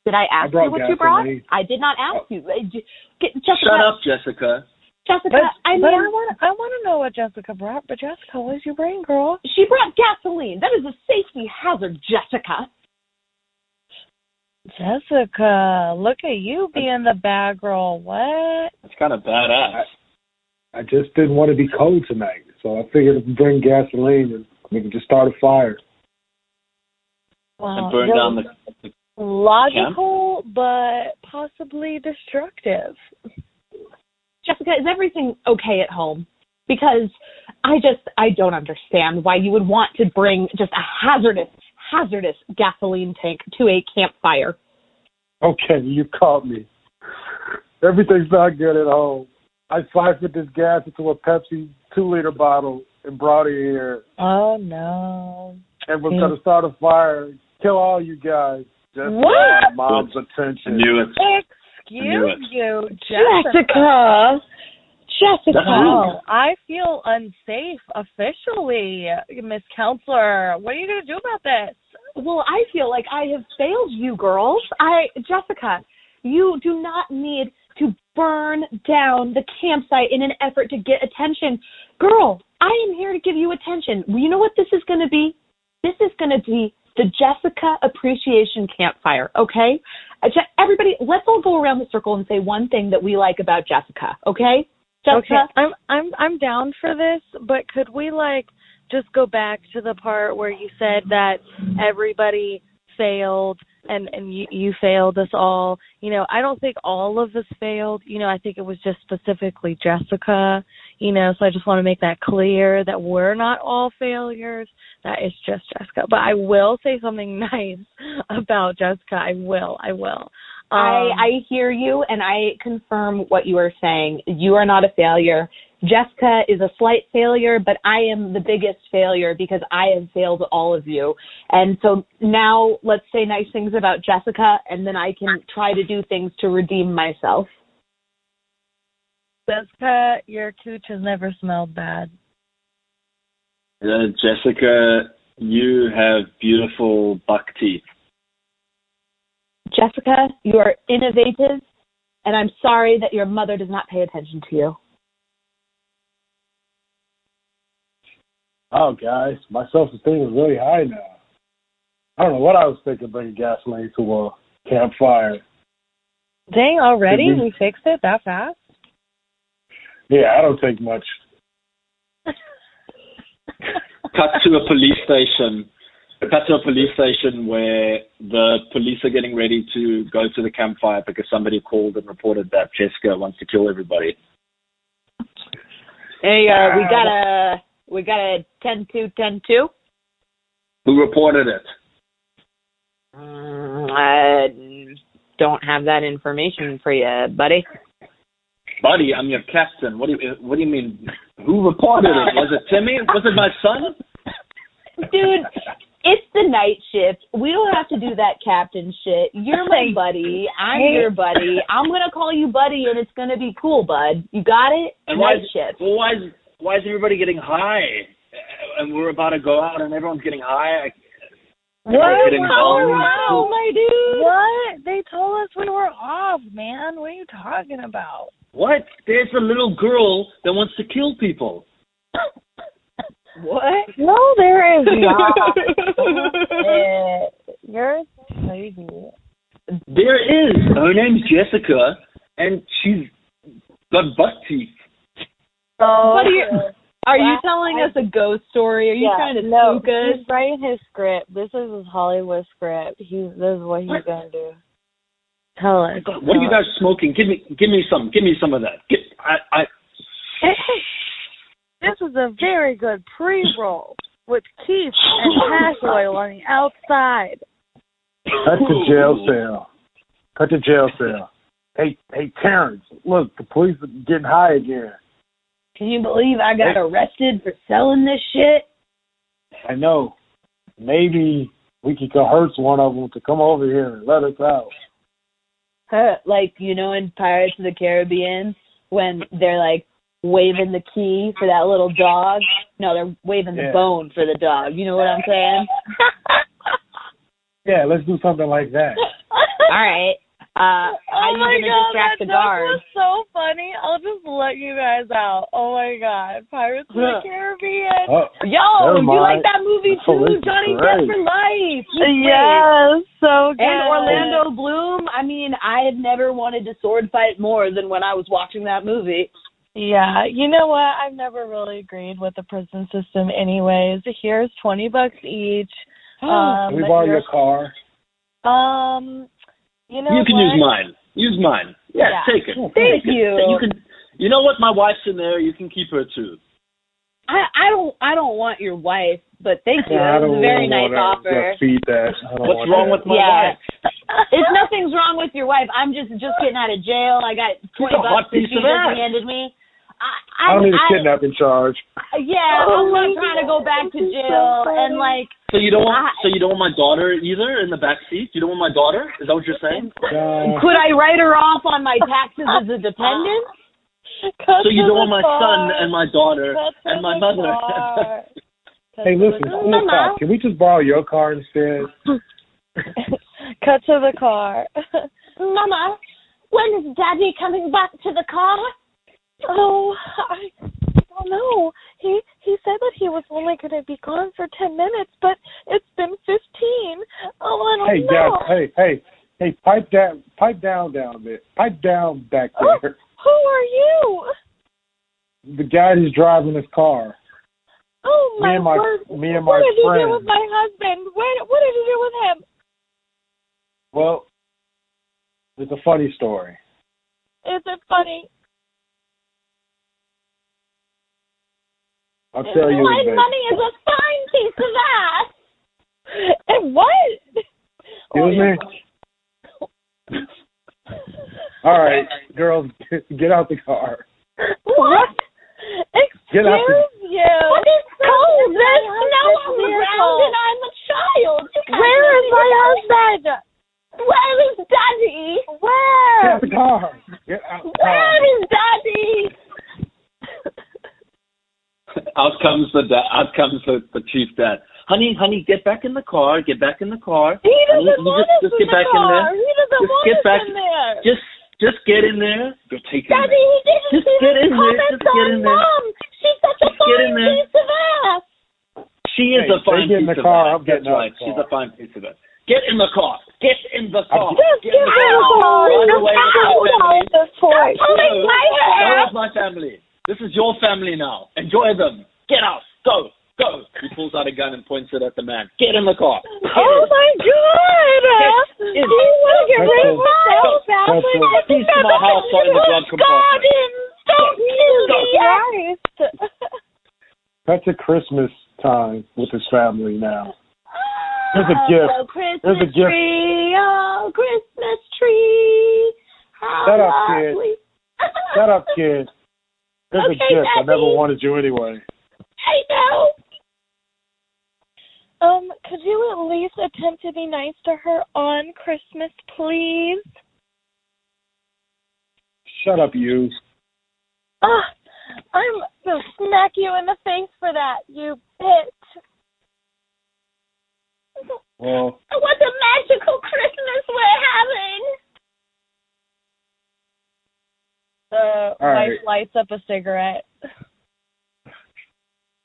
did I ask brought you what you brought? gasoline. I did not ask you. Uh, j- get- Jessica, Shut up, Jessica. Jessica, But, I mean, but I want I want to know what Jessica brought. But Jessica, what did you bring, girl? she brought gasoline. That is a safety hazard, Jessica. Jessica, look at you being the bad girl. What? That's kind of badass. I just didn't want to be cold tonight, so I figured I'd bring gasoline and we could just start a fire. Wow, Uh, And burned that down the. was logical but possibly destructive. Jessica, is everything okay at home? Because I just I don't understand why you would want to bring just a hazardous hazardous gasoline tank to a campfire. Okay, you caught me. Everything's not good at home. I siphoned this gas into a Pepsi two liter bottle and brought it here Oh no. and was Mm. gonna start a fire, kill all you guys. Just What? got mom's I attention. knew it. knew it. Excuse you, Jessica. Jessica. That's rude. Wow, I feel unsafe officially, Miss Counselor. What are you gonna do about this? Well, I feel like I have failed you girls. I Jessica, you do not need to burn down the campsite in an effort to get attention. Girl, I am here to give you attention. You know what this is going to be? This is going to be the Jessica Appreciation Campfire, okay? Uh, Je- Everybody, let's all go around the circle and say one thing that we like about Jessica, okay? Jessica, Okay, I'm I'm I'm down for this, but could we like just go back to the part where you said that everybody failed and and you you failed us all. You know, I don't think all of us failed. You know, I think it was just specifically Jessica, you know, so I just want to make that clear that we're not all failures. That is just Jessica. But I will say something nice about Um, Jessica. I will. I will. I, I hear you and I confirm what you are saying. You are not a failure. Jessica is a slight failure, but I am the biggest failure because I have failed all of you. And so now let's say nice things about Jessica and then I can try to do things to redeem myself. Jessica, your cooch has never smelled bad. Uh, Jessica, you have beautiful buck teeth. Jessica, you are innovative and I'm sorry that your mother does not pay attention to you. Oh guys, my self esteem is really high now. I don't know what I was thinking bringing gasoline to a campfire. Dang, already Mhm. we fixed it that fast? Yeah, I don't take much. Cut to a police station. Pato police station where the police are getting ready to go to the campfire because somebody called and reported that Jessica wants to kill everybody. Hey, uh, we got a we got a ten two ten two. Who reported it? Mm, I don't have that information for you, buddy. Buddy, I'm your captain. What do you What do you mean? Who reported it? Was it Timmy? Was it my son? Dude, it's the night shift. We don't have to do that captain shit. You're my buddy. I'm your buddy. I'm gonna call you buddy, and it's gonna be cool, bud. You got it? And why night is, shift. well, why is Why is everybody getting high? Uh, And we're about to go out, and everyone's getting high. Everyone's getting Wow, high. Oh, wow, my dude. What? They told us we were off, man. What are you talking about? What? There's a little girl that wants to kill people. What? No, there is not. You're crazy. There is. Her name's Jessica, and she's got butt teeth. Oh, What are you- Are you Well, telling I- us a ghost story? Are you yeah, trying to no, spook us? He's writing his script. This is his Hollywood script. He's this is what he's gonna do. Tell us. God, What are you guys smoking? Give me, give me some, give me some of that. Get, I, I, this was a very good pre-roll with Keith and hash oil on the outside. Cut the jail cell. Cut the jail cell. Hey, hey, Terrence, look, the police are getting high again. Can you believe I got arrested for selling this shit? I know. Maybe we could coerce one of them to come over here and let us out. Huh, like you know in Pirates of the Caribbean when they're like waving the key for that little dog. No, they're waving the Yeah. bone for the dog. You know what I'm saying? Yeah, let's do something like that. All right. Uh, how oh you my gonna god, distract that the joke guard? was so funny. I'll just let you guys out. Oh my god, Pirates of the Huh. Caribbean. Oh, Yo, Never you like mind. that movie That's too, hilarious. Johnny Great. Depp for life. You great. Yes, so good. And Orlando Bloom. I mean, I have never wanted to sword fight more than when I was watching that movie. Yeah, you know what? I've never really agreed with the prison system, anyways. Here's twenty bucks each. Um, we borrow your you're- car. um, you know you can what? use mine. Use mine. Yeah, Yeah. take it. Thank Take it. you. You can. You know what? My wife's in there. You can keep her too. I, I don't I don't want your wife, but thank you. Yeah, I That was don't a very nice want to offer. feed that. I don't What's want wrong that. with my Yeah. wife? It's nothing's wrong with your wife. I'm just just getting out of jail. I got twenty a hot bucks and piece she of just ass. handed me. I I, I don't need a I- kidnapping charge. Yeah, I'm not Oh, trying to go back to jail and like So you don't want. I- So you don't want my daughter either in the back seat. You don't want my daughter. Is that what you're saying? Uh, could I write her off on my taxes as a dependant? Cut So you to don't want the my car. son and my daughter Cut to and my the mother. car. Cut to hey, the listen, cool cop. Can we just borrow your car instead? Cut to the car. Oh, Mama, when is Daddy coming back to the car? oh, I don't know. He he said that he was only going to be gone for ten minutes, but it's been fifteen. Oh, I don't Hey, know. guys, hey, hey, hey, pipe down, pipe down, down a bit, pipe down back Oh. there. Who are you? The guy who's driving his car. Oh Me my, and my- word! me and what my did you do friend. with my husband? What what did you do with him? Well, it's a funny story. Is it funny? I'll tell you. My in a bit. money is a fine piece of ass. And what? Excuse me. All right, girls, get, get out the car. What? Get out the- Excuse you. But it's cold. There's My snow on husband's the here. ground, and I'm a child. You can't Where is leave my me alone. husband? Where is Daddy? Get Where? out the car. Get out the car. Where is Daddy? out comes the da- out comes the, the chief dad. Honey, honey, get back in the car. Get back in the car. He Honey, doesn't you want us just, just in get the back in car. there. He doesn't Just want get us back- in there. Just just get in there. You're taking Daddy, he didn't Just even get in there, comment just get on in there. Mom. She's such a Just get in fine there. piece of ass. She is Hey, they get a fine in piece the of car, ass. I'm getting That's out right. the She's car. a fine piece of ass. Get in the car. Get in the car. Just Get give in her a the car. call. Run away Just call with my family. at this point. Pulling my That hair. was my family. This is your family now. Enjoy them. Get out. Go. go. He pulls out a gun and points it at the man. Get in the Oh car. my god! You It- want to get That's rid a- of myself, that's a- Alan. Oh I think Piece of I'm my house on the glove compartment. Don't kill me! That's a Christmas time with his family now. There's a gift. Oh, Christmas There's a gift. tree, oh, Christmas tree. How Shut up, kid. lovely. Shut up, kid. There's a Okay, gift. I never Daddy. wanted you anyway. I know. Um, could you at least attempt to be nice to her on Christmas, please? Shut up, you. Ah, I'm gonna smack you in the face for that, you bitch. Well, What a magical Christmas we're having! Uh, The All wife right. lights up a cigarette.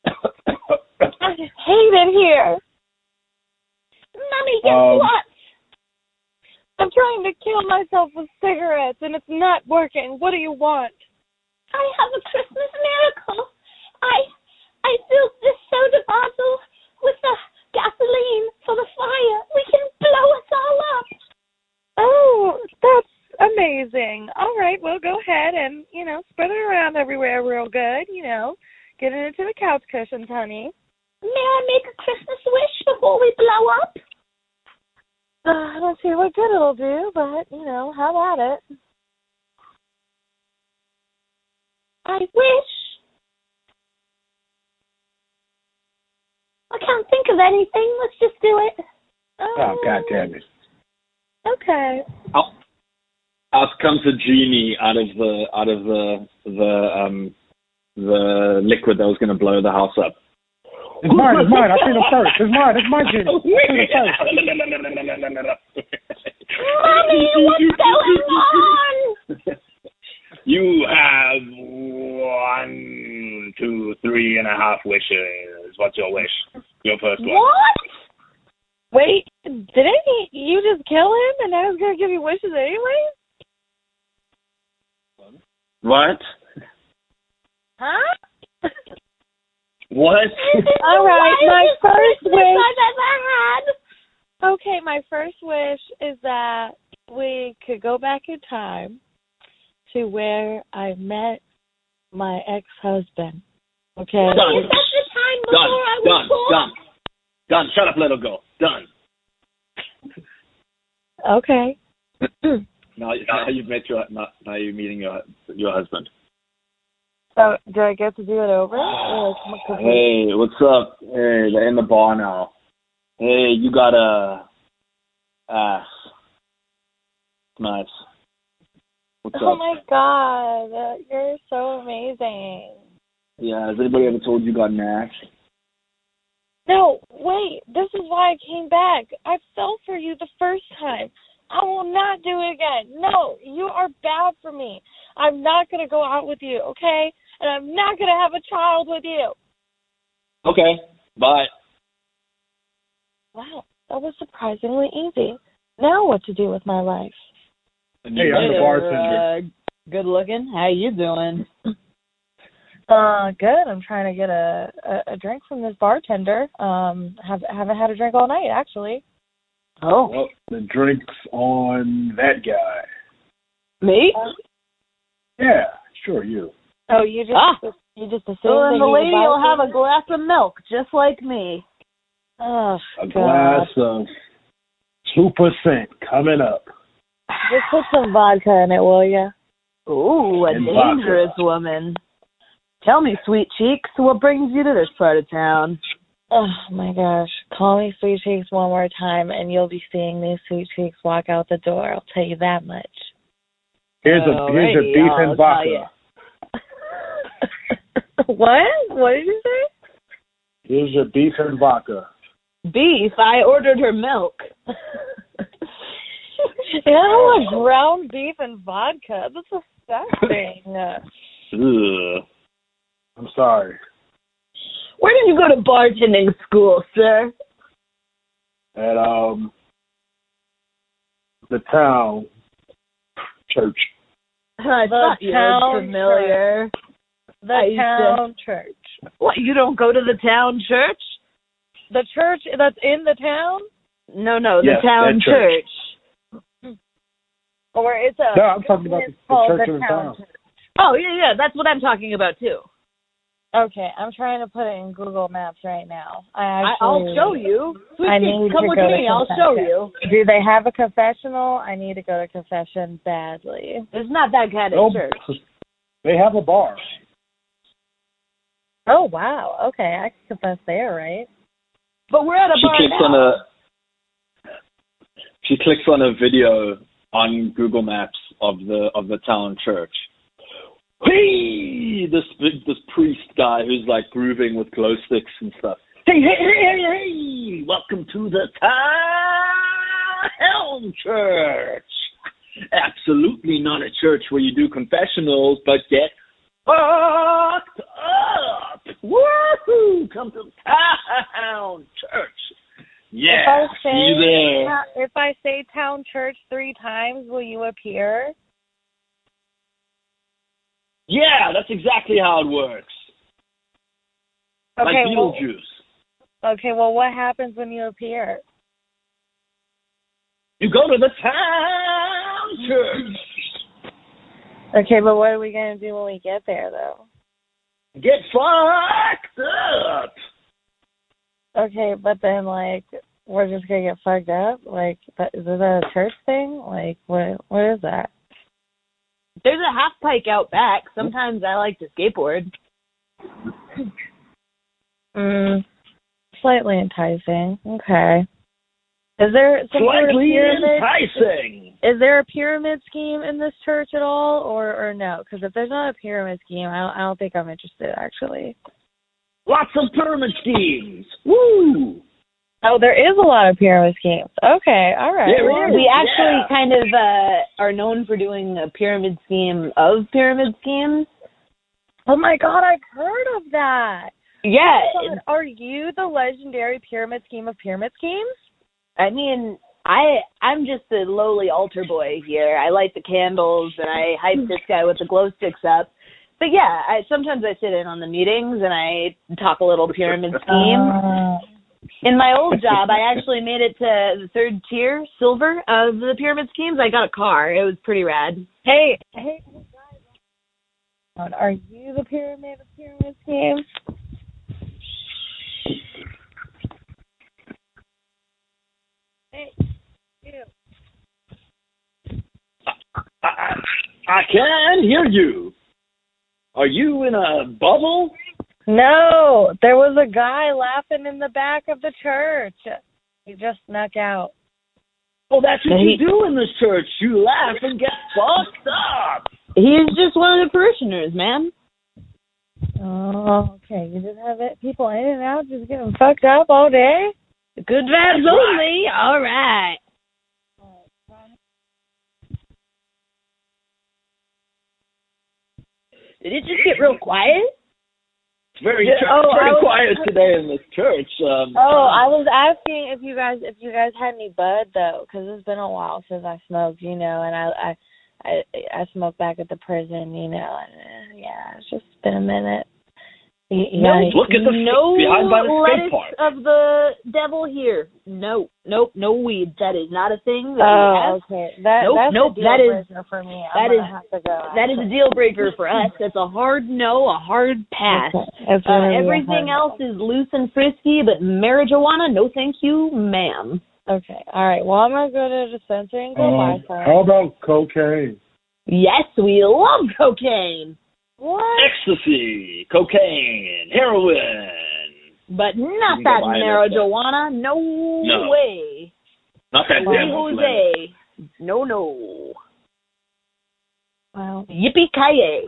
I hate it here. Mommy, guess Um, what? I'm trying to kill myself with cigarettes and it's not working. What do you want? I have a Christmas miracle. I I filled this soda bottle with the gasoline for the fire. We can blow us all up. Oh, that's amazing. All right, well, go ahead and, you know, spread it around everywhere real good, you know. Get it into the couch cushions, honey. May I make a Christmas wish before we blow up? Uh, I don't see what good it'll do, but, you know, have at it. I wish. I can't think of anything. Let's just do it. oh, God damn it. Okay. Out comes a genie out of the out of the the um the liquid that was going to blow the house up. It's mine. It's mine. I seen him first. It's mine. It's my genie. I seen him first. Mommy, what's going on? You have one, two, three and a half wishes. What's your wish? Your first one. What? Wait, didn't he, you just kill him and I was going to give you wishes anyway? What? Huh? What? All right, my first wish. I've ever had. Okay, my first wish is that we could go back in time to where I met my ex husband. Okay. Done. That's the time Done. before I was Done. born. Done. Done. Shut up, little girl. Done. Okay. Now, now you've met your now, now you're meeting your your husband. So do I get to do it over? Or come on, come on. Hey, what's up? Hey, they're in the bar now. Hey, you got a ass. Nice. What's Oh up? my god, you're so amazing. Yeah, has anybody ever told you you got an ass? No, wait. This is why I came back. I fell for you the first time. I will not do it again. No, you are bad for me. I'm not going to go out with you, okay? And I'm not going to have a child with you. Okay. Bye. Wow, that was surprisingly easy. Now what to do with my life? Hey, I'm the bartender. uh, good looking. How you doing? Uh, good. I'm trying to get a, a, a drink from this bartender. Um, have, haven't had a drink all night, actually. Oh, Well, the drink's on that guy. me? Yeah, sure, you. Oh, you just Ah. you just assumed Well, that then the you were lady will have biking? a glass of milk, just like me. Oh, A God. glass of 2% coming up. Just put some vodka in it, will ya? Ooh, a And dangerous vodka. woman. Tell me, sweet cheeks, what brings you to this part of town? Oh my gosh. Call me Sweet Cheeks one more time and you'll be seeing these Sweet Cheeks walk out the door. I'll tell you that much. Here's Oh, a here's a Alrighty, beef I'll and tell Oh, vodka. what? What did you say? Here's your beef and vodka. Beef. I ordered her milk. Yeah, I want ground beef and vodka. That's disgusting. Ugh. I'm sorry. Where did you go to bartending school, sir? At um the town church. I thought you town were familiar. the I used to- town church. What, you don't go to the town church? The church that's in the town? No, no, the Yes, town that church. Or it's a No, I'm talking about the, the church in the town. Oh, yeah, yeah, that's what I'm talking about too. Okay, I'm trying to put it in Google Maps right now. I I, actually, I'll show you. Sweet I tea, need come to with go to me. I'll show you. Do they have a confessional? I need to go to confession badly. It's not that kind of Nope. church. They have a bar. Oh wow. Okay, I can confess there, right? But we're at a she bar clicks now. on a she clicks on a video on Google Maps of the of the town church. Hey, this this priest guy who's like grooving with glow sticks and stuff. Hey, hey, hey, hey, hey! Welcome to the Ah, town church. Absolutely not a church where you do confessionals, but get fucked up. Woohoo! Come to town church. If I Yeah, say- see you there. If I say town church three times, will you appear? Yeah, that's exactly how it works. Okay. like well, Beetlejuice. okay. Well, what happens when you appear? You go to the town church. Okay, but what are we gonna do when we get there, though? Get fucked up. Okay, but then like we're just gonna get fucked up. Like, that, is that a church thing? Like, what what is that? There's a half pike out back. Sometimes I like to skateboard. Mm, slightly enticing. Okay. Is there some sort of Slightly pyramid? enticing. Is there a pyramid scheme in this church at all, or or no? Because if there's not a pyramid scheme, I don't, I don't think I'm interested actually. Lots of pyramid schemes. Woo! Oh, there is a lot of pyramid schemes. Okay, all right. There Well, is. We actually Yeah. kind of uh, are known for doing a pyramid scheme of pyramid schemes. Oh my God, I've heard of that. Yeah, Oh my God, Are you the legendary pyramid scheme of pyramid schemes? I mean, I I'm just the lowly altar boy here. I light the candles and I hype this guy with the glow sticks up. But yeah, I sometimes I sit in on the meetings and I talk a little pyramid scheme. Uh. In my old job, I actually made it to the third tier, silver of the pyramid schemes. I got a car. It was pretty rad. Hey, hey, you guys, are you the pyramid of pyramid schemes? I, I, I can hear you. Are you in a bubble? No, there was a guy laughing in the back of the church. He just snuck out. Oh, that's what you do in this church. You laugh and get fucked up. He's just one of the parishioners, man. Oh, okay. You just have it, people in and out, just getting fucked up all day. Good vibes only. All right. Did it just get real quiet? It's very, oh, it's very I was- quiet today in this church. Um, Oh, I was asking if you guys if you guys had any bud though, because it's been a while since I smoked, you know, and I I I, I smoked back at the prison, you know, and uh, yeah, it's just been a minute. You, you got No, any- Look at the no behind by the skate lettuce park. of the devil here. No, nope, no weed. That is not a thing. That, Oh, we ask. okay. That Nope, that's nope, a deal that is- breaker for me. that I'm is- gonna have to go. that is a deal breaker for us. That's a hard no, a hard pass. Uh, everything else is loose and frisky, but marijuana, no thank you, ma'am. Okay. All right. Well, I'm gonna go to the dispensary and go buy Um, some. how about cocaine? Yes, we love cocaine, What? Ecstasy, cocaine, heroin. but not You can go that buy that stuff. marijuana. No, No. way. Not that Hey, damn flavor. Jose. No, no. Wow. Yippee ki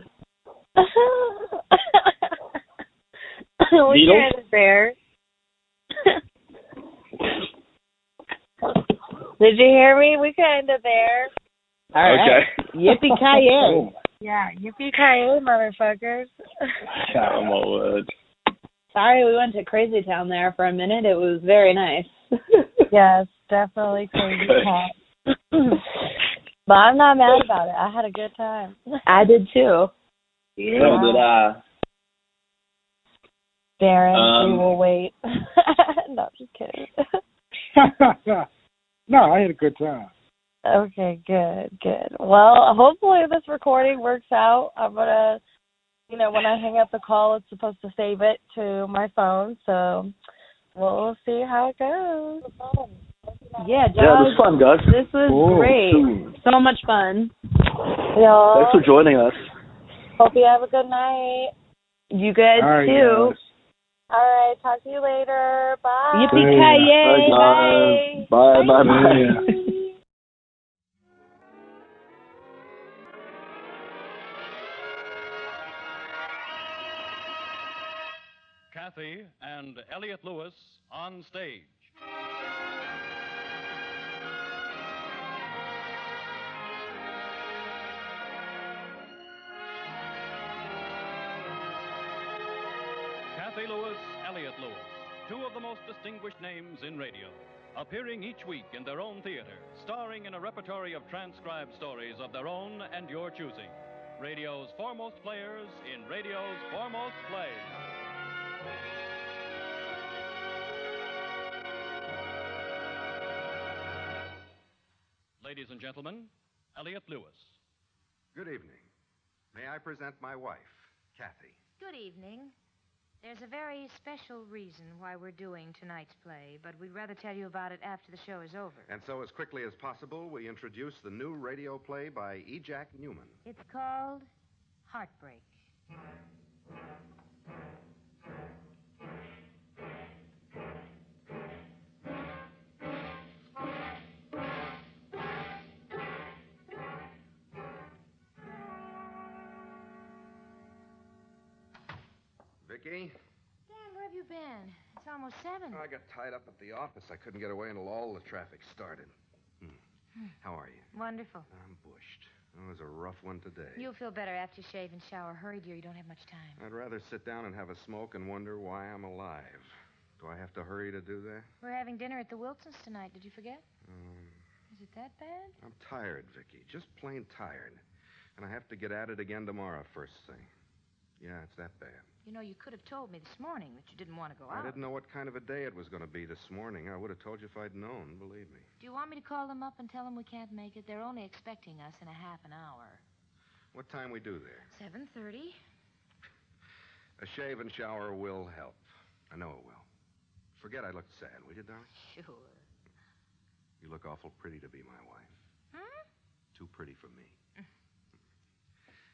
we Needles? got it there. Did you hear me? We kind of there. All right. Okay. Yippee ki Yeah, yippee ki motherfuckers. Oh, my word. Sorry, we went to Crazy Town there for a minute. It was very nice. yes, definitely crazy Okay. cat. but I'm not mad about it. I had a good time. I did too. So did I. Darren, we Um, will wait. no, I'm just kidding. no, I had a good time. okay, good, good. Well, hopefully this recording works out. I'm gonna, you know, when I hang up the call, it's supposed to save it to my phone. So we'll see how it goes. Yeah, Doug, Yeah, this was fun, guys. Oh, this was Cool. great. Cool. So much fun. Y'all, Thanks for joining us. hope you have a good night. You good All uh, right, too. guys. All right, talk to you later. Bye. Yippee ki yay! Bye, guys. Bye, bye, bye. Kathy and Elliot Lewis on stage. Kathy Lewis, Elliot Lewis, two of the most distinguished names in radio, appearing each week in their own theater, starring in a repertory of transcribed stories of their own and your choosing. Radio's foremost players in radio's foremost plays. Ladies and gentlemen, Elliot Lewis. Good evening. May I present my wife, Kathy? Good evening. There's a very special reason why we're doing tonight's play, but we'd rather tell you about it after the show is over. And so, as quickly as possible, we introduce the new radio play by E. Jack Newman. It's called Heartbreak. Vicky? Dan, where have you been? It's almost Oh, seven. I got tied up at the office. I couldn't get away until all the traffic started. Hmm. How are you? Wonderful. I'm bushed. It was a rough one today. You'll feel better after you shave and shower. Hurry, dear. You don't have much time. I'd rather sit down and have a smoke and wonder why I'm alive. Do I have to hurry to do that? Um, We're having dinner at the Wilsons tonight. Did you forget? Is it that bad? I'm tired, Vicky. Just plain tired. And I have to get at it again tomorrow, first thing. Yeah, it's that bad. You know, you could have told me this morning that you didn't want to go out. I didn't know what kind of a day it was going to be this morning. I would have told you if I'd known, believe me. Do you want me to call them up and tell them we can't make it? They're only expecting us in a half an hour. What time we do there? 7.30? A shave and shower will help. I know it will. Forget I looked sad, will you, darling? Sure. You look awful pretty to be my wife. Hmm? Too pretty for me.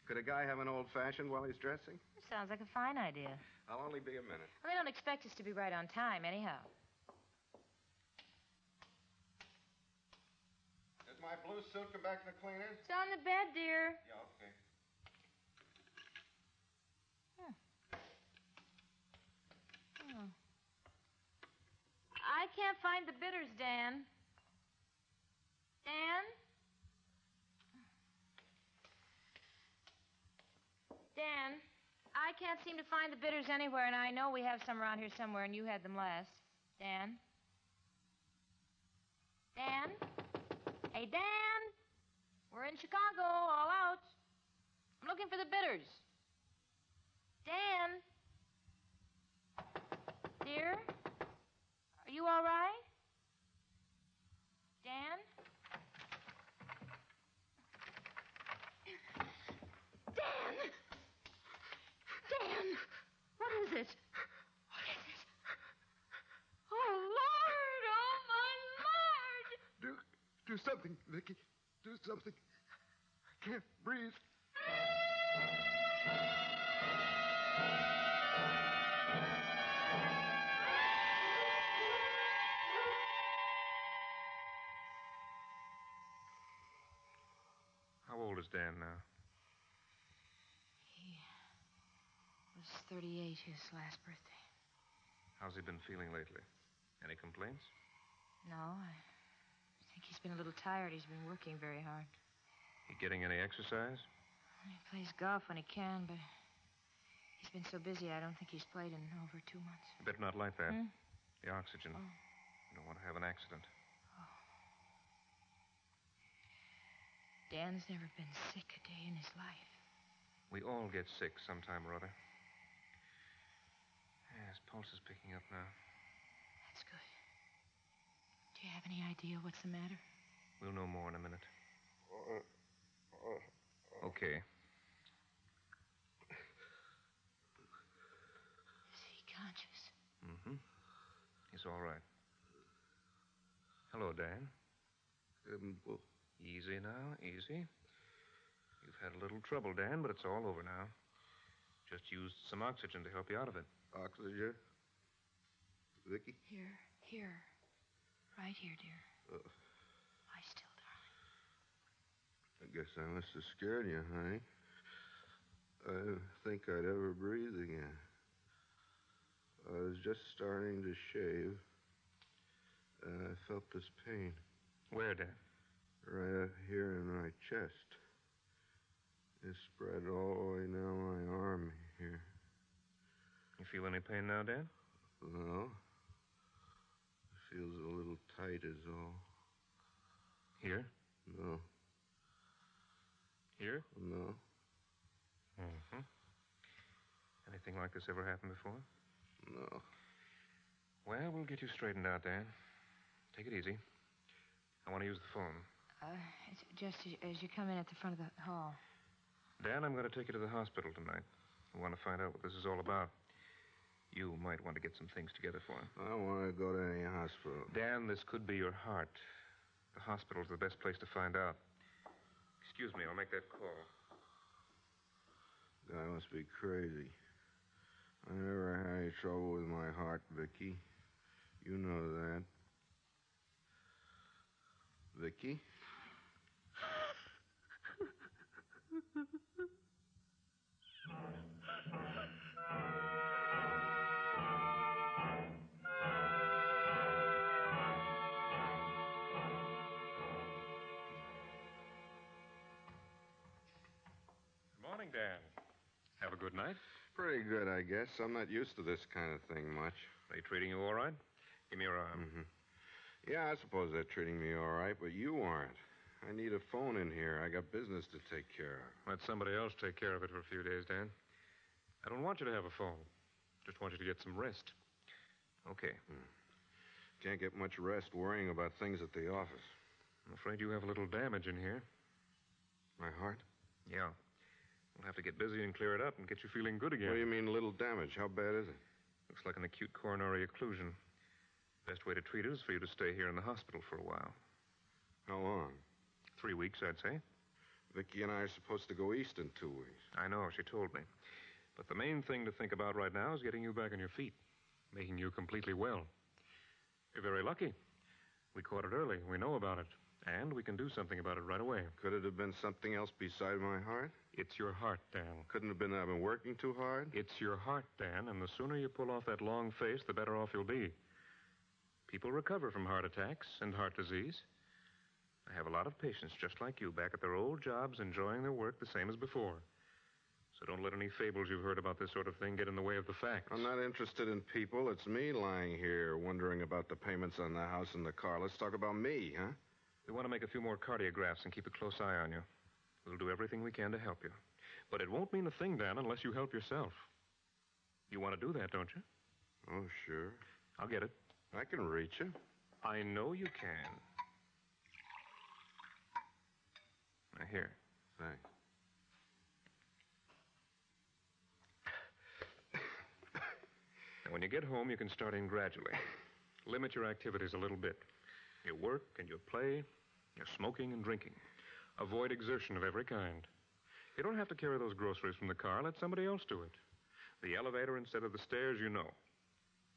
Could a guy have an old fashioned while he's dressing? That sounds like a fine idea. I'll only be a minute. Well, they don't expect us to be right on time, anyhow. Does my blue suit come back to the cleaners? It's on the bed, dear. Yeah, okay. Hmm. I can't find the bitters, Dan. Dan? Dan, I can't seem to find the bitters anywhere, and I know we have some around here somewhere, and you had them last. Dan? Dan? Hey, Dan! We're in Chicago, all out. I'm looking for the bitters. Dan? Dear? Are you all right? Dan? Dan! Dan! What is it? What is it? Oh, Lord! Oh, my Lord! Do, do something, Vicky. Do something. I can't breathe. How old is Dan now? He was 38 his last birthday. How's he been feeling lately? Any complaints? No, I think he's been a little tired. He's been working very hard. He getting any exercise? He plays golf when he can, but he's been so busy I don't think he's played in over two months. You better not like that. Hmm? Oh. The oxygen. You don't want to have an accident. Dan's never been sick a day in his life. We all get sick sometime or other. Yes, pulse is picking up now. That's good. Do you have any idea what's the matter? We'll know more in a minute. Okay. Is he conscious? Mm-hmm. He's all right. Hello, Dan. Um, easy now, easy. You've had a little trouble, Dan, but it's all over now. Just used some oxygen to help you out of it. Oxygen? Vicky? Here, here. Right here, dear. Lie still, I darling. guess I must have scared you, honey. I didn't think I'd ever breathe again. I was just starting to shave, and I felt this pain. Where, Dan? Right up here in my chest. It spread all the way down my arm here. You feel any pain now, Dan? No. It feels a little tight, is all. Here? No. Here? No. Mm-hmm. Anything like this ever happened before? No. Well, we'll get you straightened out, Dan. Take it easy. I want to use the phone. Uh, it's just as- as you come in at the front of the hall. Dan, I'm going to take you to the hospital tonight. I want to find out what this is all about. You might want to get some things together for him. I don't want to go to any hospital. Dan, this could be your heart. The hospital's the best place to find out. Excuse me, I'll make that call. Guy must be crazy. I never had any trouble with my heart, Vicky. You know that. Vicky? Good morning, Dan. Have a good night. Pretty good, I guess. I'm not used to this kind of thing much. They treating you all right? Give me your arm. Mm-hmm. Yeah, I suppose they're treating me all right, but you aren't. I need a phone in here. I got business to take care Let somebody else take care of it for a few days, Dan. I don't want you to have a phone. Just want you to get some rest. Okay. of. Hmm. Can't get much rest worrying about things at the office. I'm afraid you have a little damage in here. My heart? Yeah. We'll have to get busy and clear it up and get you feeling good again. What do you mean, little damage? How bad is it? Looks like an acute coronary occlusion. Best way to treat it is for you to stay here in the hospital for a while. How long? Three weeks, I'd say. Vicky and I are supposed to go east in two weeks. I know, she told me. But the main thing to think about right now is getting you back on your feet, making you completely well. You're very lucky. We caught it early. We know about it. And we can do something about it right away. Could it have been something else beside my heart? It's your heart, Dan. Couldn't have been that I've been working too hard? It's your heart, Dan, and the sooner you pull off that long face, the better off you'll be. People recover from heart attacks and heart disease. I have a lot of patients just like you back at their old jobs enjoying their work the same as before. So don't let any fables you've heard about this sort of thing get in the way of the facts. I'm not interested in people. It's me lying here wondering about the payments on the house and the car. Let's talk about me, huh? We want to make a few more cardiographs and keep a close eye on you. We'll do everything we can to help you. But it won't mean a thing, Dan, unless you help yourself. You want to do that, don't you? Oh, sure. I'll get it. I can reach you. I know you can. Now, here. Thanks. Now, when you get home, you can start in gradually. Limit your activities a little bit your work and your play, your smoking and drinking. Avoid exertion of every kind. You don't have to carry those groceries from the car. Let somebody else do it. The elevator instead of the stairs, you know.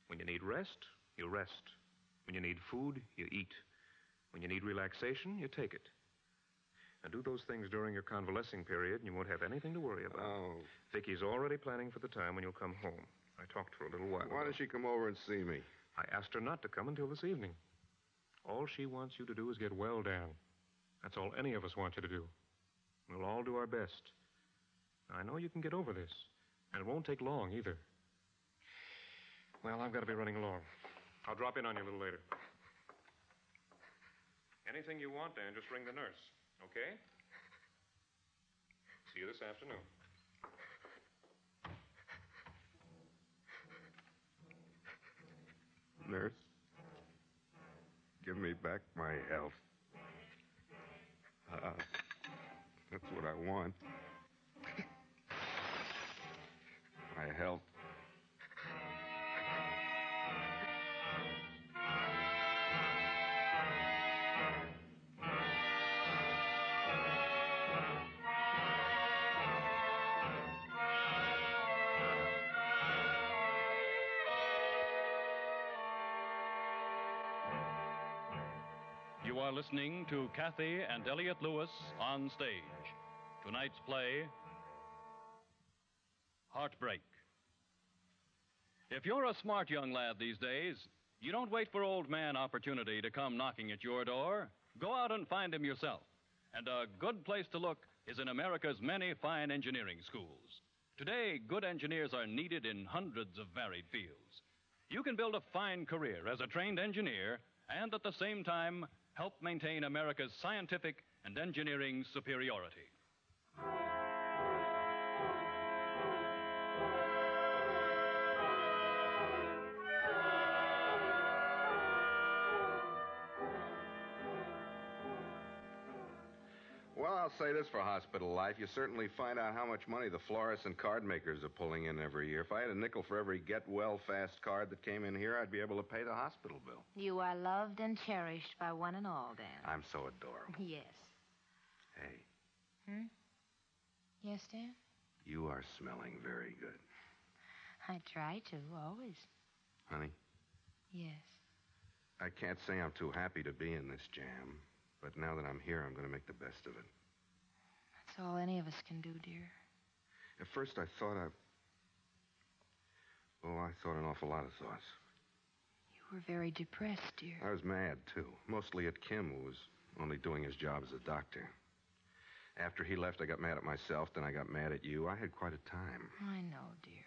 When you need rest, you rest. When you need food, you eat. When you need relaxation, you take it. And do those things during your convalescing period, and you won't have anything to worry about. Oh. Vicky's already planning for the time when you'll come home. I talked to her a little while. Why ago. don't you come over and see me? I asked her not to come until this evening. All she wants you to do is get well, Dan. That's all any of us want you to do. We'll all do our best. I know you can get over this, and it won't take long either. Well, I've got to be running along. I'll drop in on you a little later. Anything you want, Dan, just ring the nurse, okay? See you this afternoon. Nurse, give me back my health. Uh, that's what I want. my health. You are listening to Kathy and Elliot Lewis on stage. Tonight's play Heartbreak. If you're a smart young lad these days, you don't wait for old man opportunity to come knocking at your door. Go out and find him yourself. And a good place to look is in America's many fine engineering schools. Today, good engineers are needed in hundreds of varied fields. You can build a fine career as a trained engineer and at the same time help maintain America's scientific and engineering superiority. Well, I'll say this for hospital life. You certainly find out how much money the florists and card makers are pulling in every year. If I had a nickel for every get well fast card that came in here, I'd be able to pay the hospital bill. You are loved and cherished by one and all, Dan. I'm so adorable. Yes. Hey, Hmm? Yes, Dan? you are smelling very good. I try to, always. Honey, Yes. I can't say I'm too happy to be in this jam, but now that I'm here, I'm going to make the best of it. That's all any of us can do, dear. At first, I thought I. Oh, I thought an awful lot of thoughts. You were very depressed, dear. I was mad, too. Mostly at Kim, who was only doing his job as a doctor. After he left, I got mad at myself, then I got mad at you. I had quite a time. I know, dear.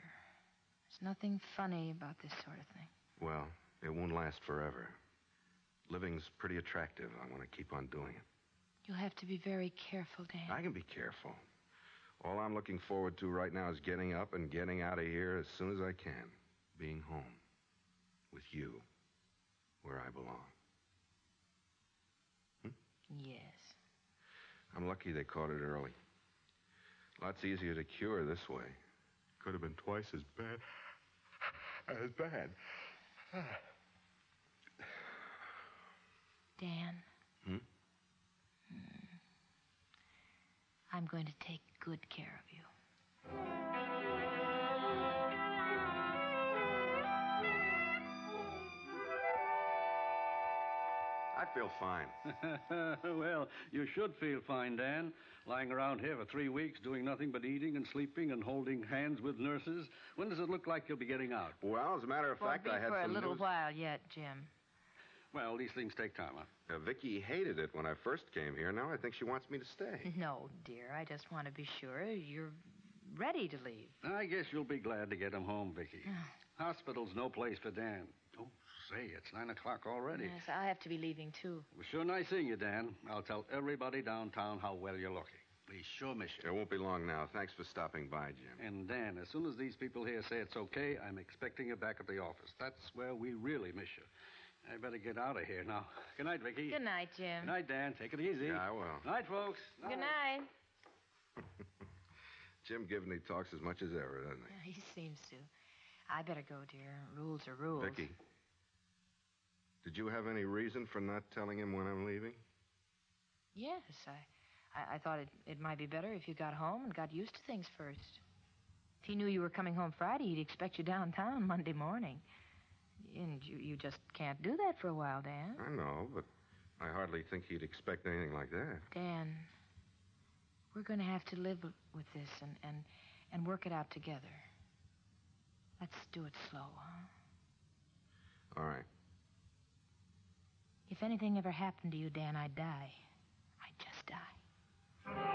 There's nothing funny about this sort of thing. Well, it won't last forever. Living's pretty attractive. I want to keep on doing it. You'll have to be very careful, Dan. I can be careful. All I'm looking forward to right now is getting up and getting out of here as soon as I can. Being home. With you. Where I belong. Yes. I'm lucky they caught it early. Lots easier to cure this way. Could have been twice as bad. As Uh, bad. Dan. Hmm? I'm going to take good care of you. I feel fine. well, you should feel fine, Dan. Lying around here for three weeks, doing nothing but eating and sleeping and holding hands with nurses. When does it look like you'll be getting out? Well, as a matter Won't be for a little while yet, Jim. Well, these things take time, huh? Now, Vicky hated it when I first came here. Now I think she wants me to stay. No, dear. I just want to be sure you're ready to leave. I guess you'll be glad to get him home, Vicky. Hospital's no place for Dan. Oh, say, it's nine o'clock already. Yes, I have to be leaving too. It was sure nice seeing you, Dan. I'll tell everybody downtown how well you're looking. We sure miss you. It won't be long now. Thanks for stopping by, Jim. And Dan, as soon as these people here say it's okay, I'm expecting you back at the office. That's where we really miss you. I better get out of here now. Good night, Vicky. Good night, Jim. Good night, Dan. Take it easy. Yeah, I will. Night, folks. Good night. Jim Givney talks as much as ever, doesn't he? He seems to. I better go, dear. Rules are rules. Vicky. Did you have any reason for not telling him when I'm leaving? Yes, I, I, I thought it, it might be better if you got home and got used to things first. If he knew you were coming home Friday, he'd expect you downtown Monday morning. And you, you just can't do that for a while, Dan. I know, but I hardly think he'd expect anything like that. Dan, we're going to have to live with this and, and, and work it out together. Let's do it slow, huh? All right. If anything ever happened to you, Dan, I'd die. I'd just die.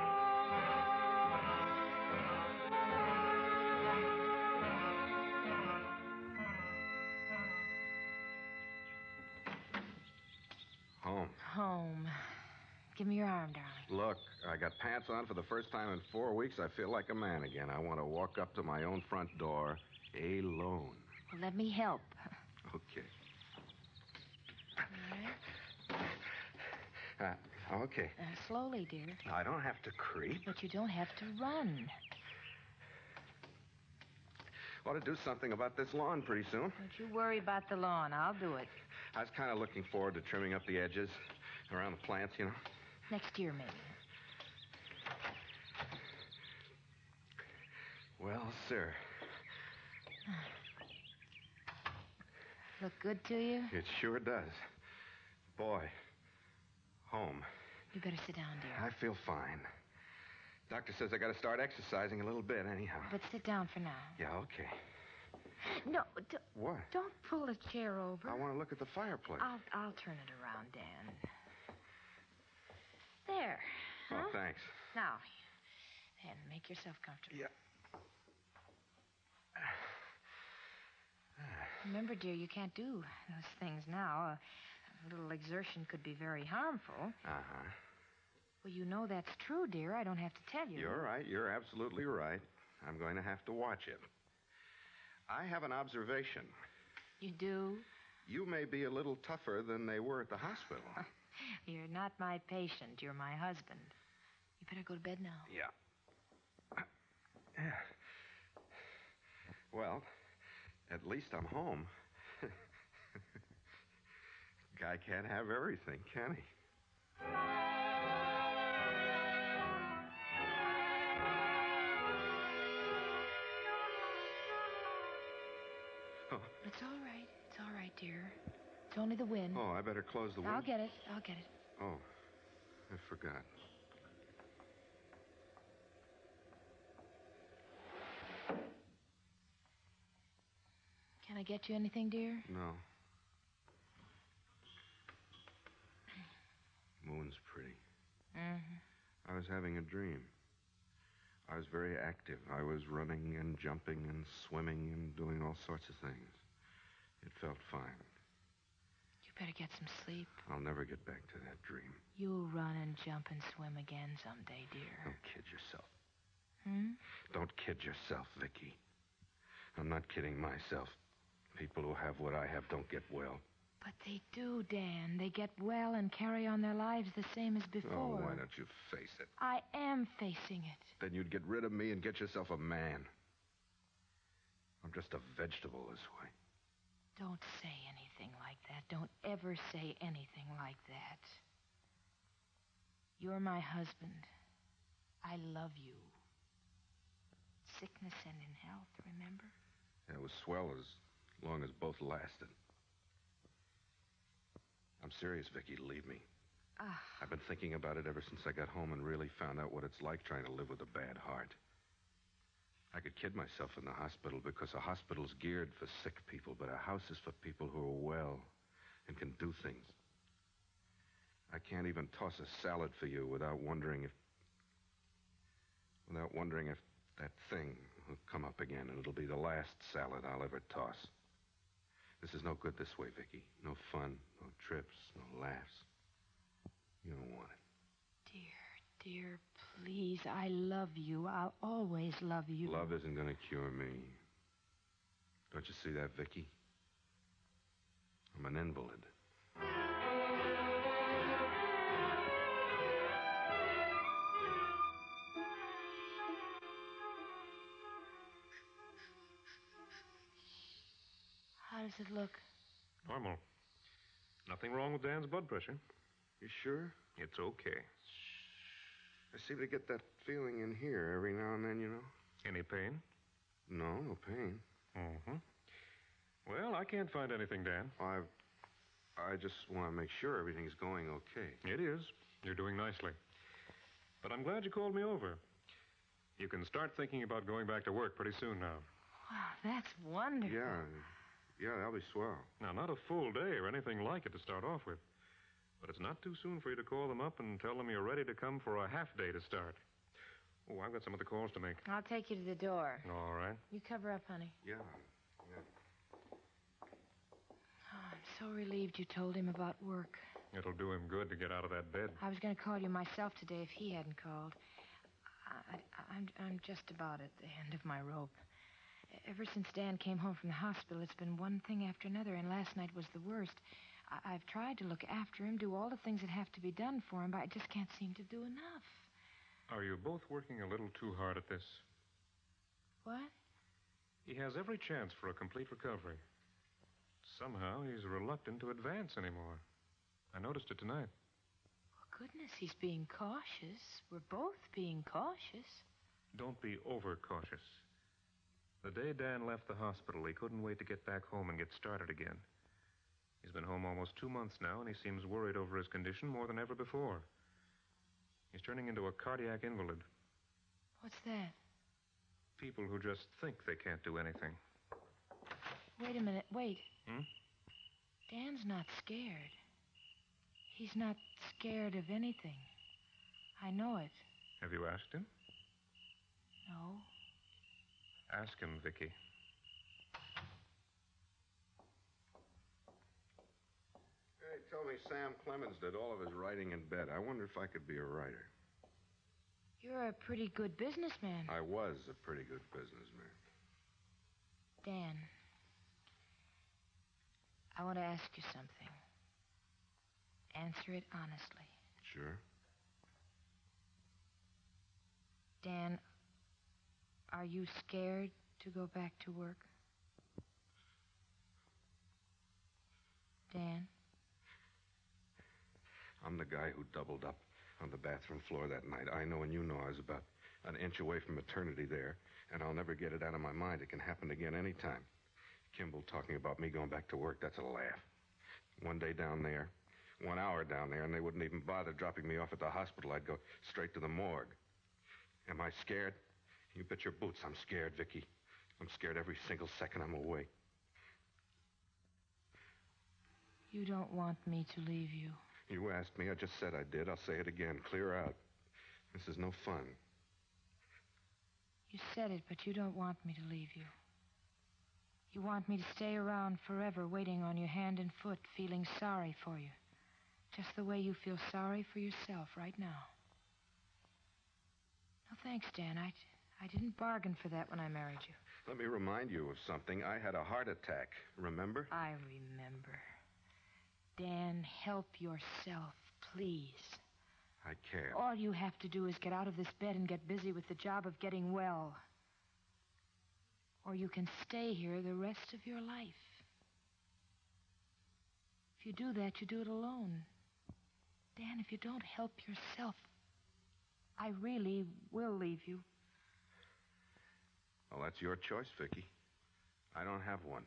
Home. Home. Give me your arm, darling. Look, I got pants on for the first time in four weeks. I feel like a man again. I want to walk up to my own front door alone. Well, let me help. Okay. Uh, okay. Now, slowly, dear. Now, I don't have to creep. But you don't have to run. Ought to do something about this lawn pretty soon. Don't you worry about the lawn. I'll do it. I was kind of looking forward to trimming up the edges around the plants, you know. Next year, maybe. Well, sir, Look good to you? it sure does. Boy, home. You better sit down, dear. I feel fine. Doctor says I got to start exercising a little bit, anyhow. But sit down for now. Yeah, okay. No, d- What? don't pull the chair over. I want to look at the fireplace. I'll, I'll turn it around, Dan. There. Oh, Huh? thanks. Now, Dan, make yourself comfortable. Yeah. Remember, dear, you can't do those things now. A little exertion could be very harmful. Uh huh. Well, you know that's true, dear. I don't have to tell you. You're right. You're absolutely right. I'm going to have to watch it. I have an observation. You do. You may be a little tougher than they were at the hospital. You're not my patient. You're my husband. You better go to bed now. yeah. Well, at least I'm home. Guy can't have everything, can he? Oh, It's all right. It's all right, dear. It's only the wind. Oh, I better close the window. I'll get it. I'll get it. Oh, I forgot. Can I get you anything, dear? No. Moon's pretty. Mm-hmm. I was having a dream. I was very active. I was running and jumping and swimming and doing all sorts of things. It felt fine. You better get some sleep. I'll never get back to that dream. You'll run and jump and swim again someday, dear. Don't kid yourself. Hmm? Don't kid yourself, Vicky. I'm not kidding myself. People who have what I have don't get well. But they do, Dan. They get well and carry on their lives the same as before. Oh, why don't you face it? I am facing it. Then you'd get rid of me and get yourself a man. I'm just a vegetable this way. Don't say anything like that. Don't ever say anything like that. You're my husband. I love you. Sickness and in health, remember? It was swell as long as both lasted. I'm serious, Vicky. Leave me. Ah, I've been thinking about it ever since I got home and really found out what it's like trying to live with a bad heart. I could kid myself in the hospital because a hospital's geared for sick people, but a house is for people who are well and can do things. I can't even toss a salad for you without wondering if. without wondering if that thing will come up again and it'll be the last salad I'll ever toss. This is no good this way, Vicky. No fun, no trips, no laughs. You don't want it. dear, dear, please, I love you. I'll always love you. Love isn't going to cure me. Don't you see that, Vicky? I'm an invalid. How does it look? Normal. Nothing wrong with Dan's blood pressure. You sure? It's okay. I seem to get that feeling in here every now and then, you know. Any pain? No, no pain. Mm-hmm. Well, I can't find anything, Dan. I, I just want to make sure everything's going okay. It is. You're doing nicely. But I'm glad you called me over. You can start thinking about going back to work pretty soon now. Wow, that's wonderful. Yeah, yeah, that'll be swell. Now, not a full day or anything like it to start off with. But it's not too soon for you to call them up and tell them you're ready to come for a half day to start. Oh, I've got some other calls to make. I'll take you to the door. All right. You cover up, honey. Yeah. Oh, I'm so relieved you told him about work. It'll do him good to get out of that bed. I was going to call you myself today if he hadn't called. I, I, I'm, I'm just about at the end of my rope. Ever since Dan came home from the hospital, it's been one thing after another, and last night was the worst. I- I've tried to look after him, do all the things that have to be done for him, but I just can't seem to do enough. Are you both working a little too hard at this? What? He has every chance for a complete recovery. Somehow he's reluctant to advance anymore. I noticed it tonight. Goodness, he's being cautious. We're both being cautious. Don't be overcautious. The day Dan left the hospital, he couldn't wait to get back home and get started again. He's been home almost two months now, and he seems worried over his condition more than ever before. He's turning into a cardiac invalid. What's that? People who just think they can't do anything. Wait a minute. Wait. Hmm? Dan's not scared. He's not scared of anything. I know it. Have you asked him? No. Ask him, Vicky. Hey, tell me Sam Clemens did all of his writing in bed. I wonder if I could be a writer. You're a pretty good businessman, I was a pretty good businessman. Dan. I want to ask you something. Answer it honestly. Sure. Dan, are you scared to go back to work? Dan? I'm the guy who doubled up on the bathroom floor that night. I know, and you know, I was about an inch away from eternity there, and I'll never get it out of my mind. It can happen again any time. Kimball talking about me going back to work, that's a laugh. One day down there, one hour down there, and they wouldn't even bother dropping me off at the hospital. I'd go straight to the morgue. Am I scared? You bet your boots I'm scared, Vicky. I'm scared every single second I'm awake. You don't want me to leave you. You asked me. I just said I did. I'll say it again. Clear out. This is no fun. You said it, but you don't want me to leave you. You want me to stay around forever, waiting on you hand and foot, feeling sorry for you. Just the way you feel sorry for yourself right now. No thanks, Dan. I, I didn't bargain for that when I married you. Let me remind you of something. I had a heart attack, remember? I remember. Dan, help yourself, please. I can't. All you have to do is get out of this bed and get busy with the job of getting well. Or you can stay here the rest of your life. If you do that, you do it alone. Dan, if you don't help yourself, I really will leave you. Well, that's your choice, Vicky. I don't have one.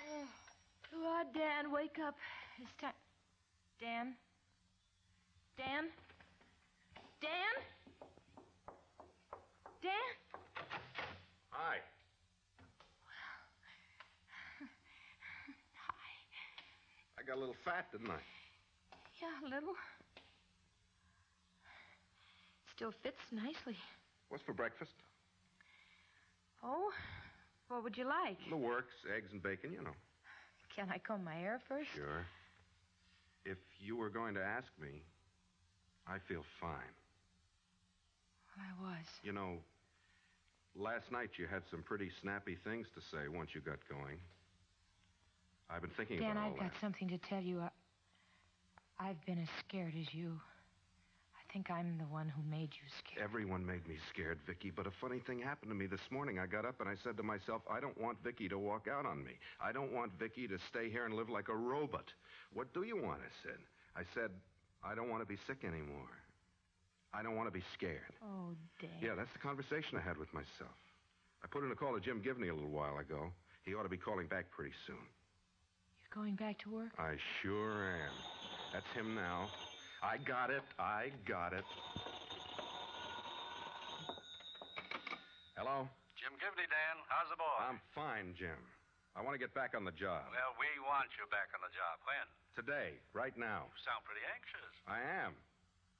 Oh, God, Dan, wake up. It's time. Dan? Dan? Dan? Dan? Hi. I got a little fat, didn't I? Yeah, a little. Still fits nicely. What's for breakfast? Oh, what would you like? The works, eggs and bacon, you know. Can I comb my hair first? Sure. If you were going to ask me, I feel fine. Well, I was. You know, last night you had some pretty snappy things to say once you got going. I've been thinking Dan, about all I've got that. something to tell you. I, I've been as scared as you. I think I'm the one who made you scared. Everyone made me scared, Vicky, but a funny thing happened to me this morning. I got up and I said to myself, I don't want Vicky to walk out on me. I don't want Vicky to stay here and live like a robot. What do you want? I said. I said, I don't want to be sick anymore. I don't want to be scared. Oh, Dan. Yeah, that's the conversation I had with myself. I put in a call to Jim Givney a little while ago. He ought to be calling back pretty soon. You're going back to work? I sure am. That's him now. I got it. I got it. Hello? Jim Givney, Dan. How's the boy? I'm fine, Jim. I want to get back on the job. Uh, Well, we want you back on the job. When? Today, right now. You sound pretty anxious, I am.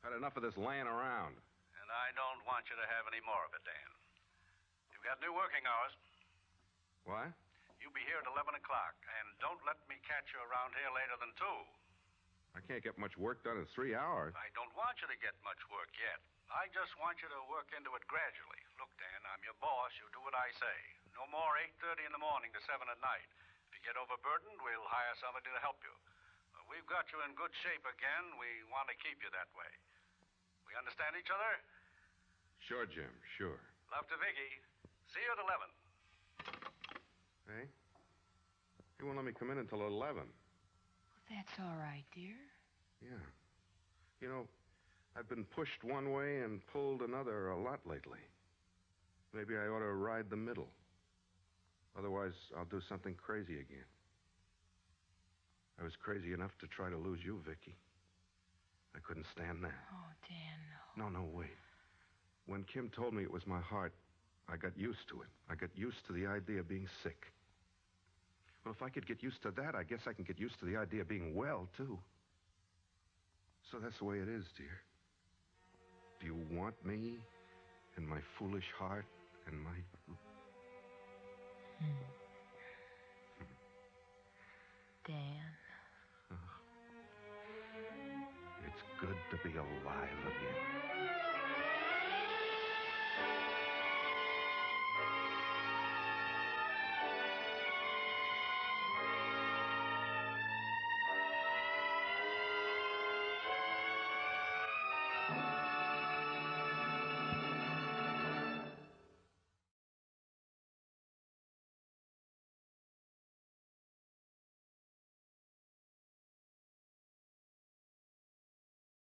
Had enough of this laying around. and I don't want you to have any more of it, Dan. You've got new working hours. What? You'll be here at 11 o'clock, and don't let me catch you around here later than 2. I can't get much work done in three hours. I don't want you to get much work yet. I just want you to work into it gradually. Look, Dan, I'm your boss. You do what I say. No more 8.30 in the morning to 7 at night. If you get overburdened, we'll hire somebody to help you. Uh, We've got you in good shape again. We want to keep you that way. We understand each other? Sure, Jim, sure. Love to Vicky. See you at 11. Hey? He won't let me come in until 11. That's all right, dear. Yeah. You know, I've been pushed one way and pulled another a lot lately. Maybe I ought to ride the middle. Otherwise, I'll do something crazy again. I was crazy enough to try to lose you, Vicky. I couldn't stand that. Oh, Dan. No, no, wait. When Kim told me it was my heart, I got used to it. I got used to the idea of being sick. Well, if I could get used to that, I guess I can get used to the idea of being well, too. So that's the way it is, dear. Do you want me and my foolish heart and my. Dan. It's good to be alive again.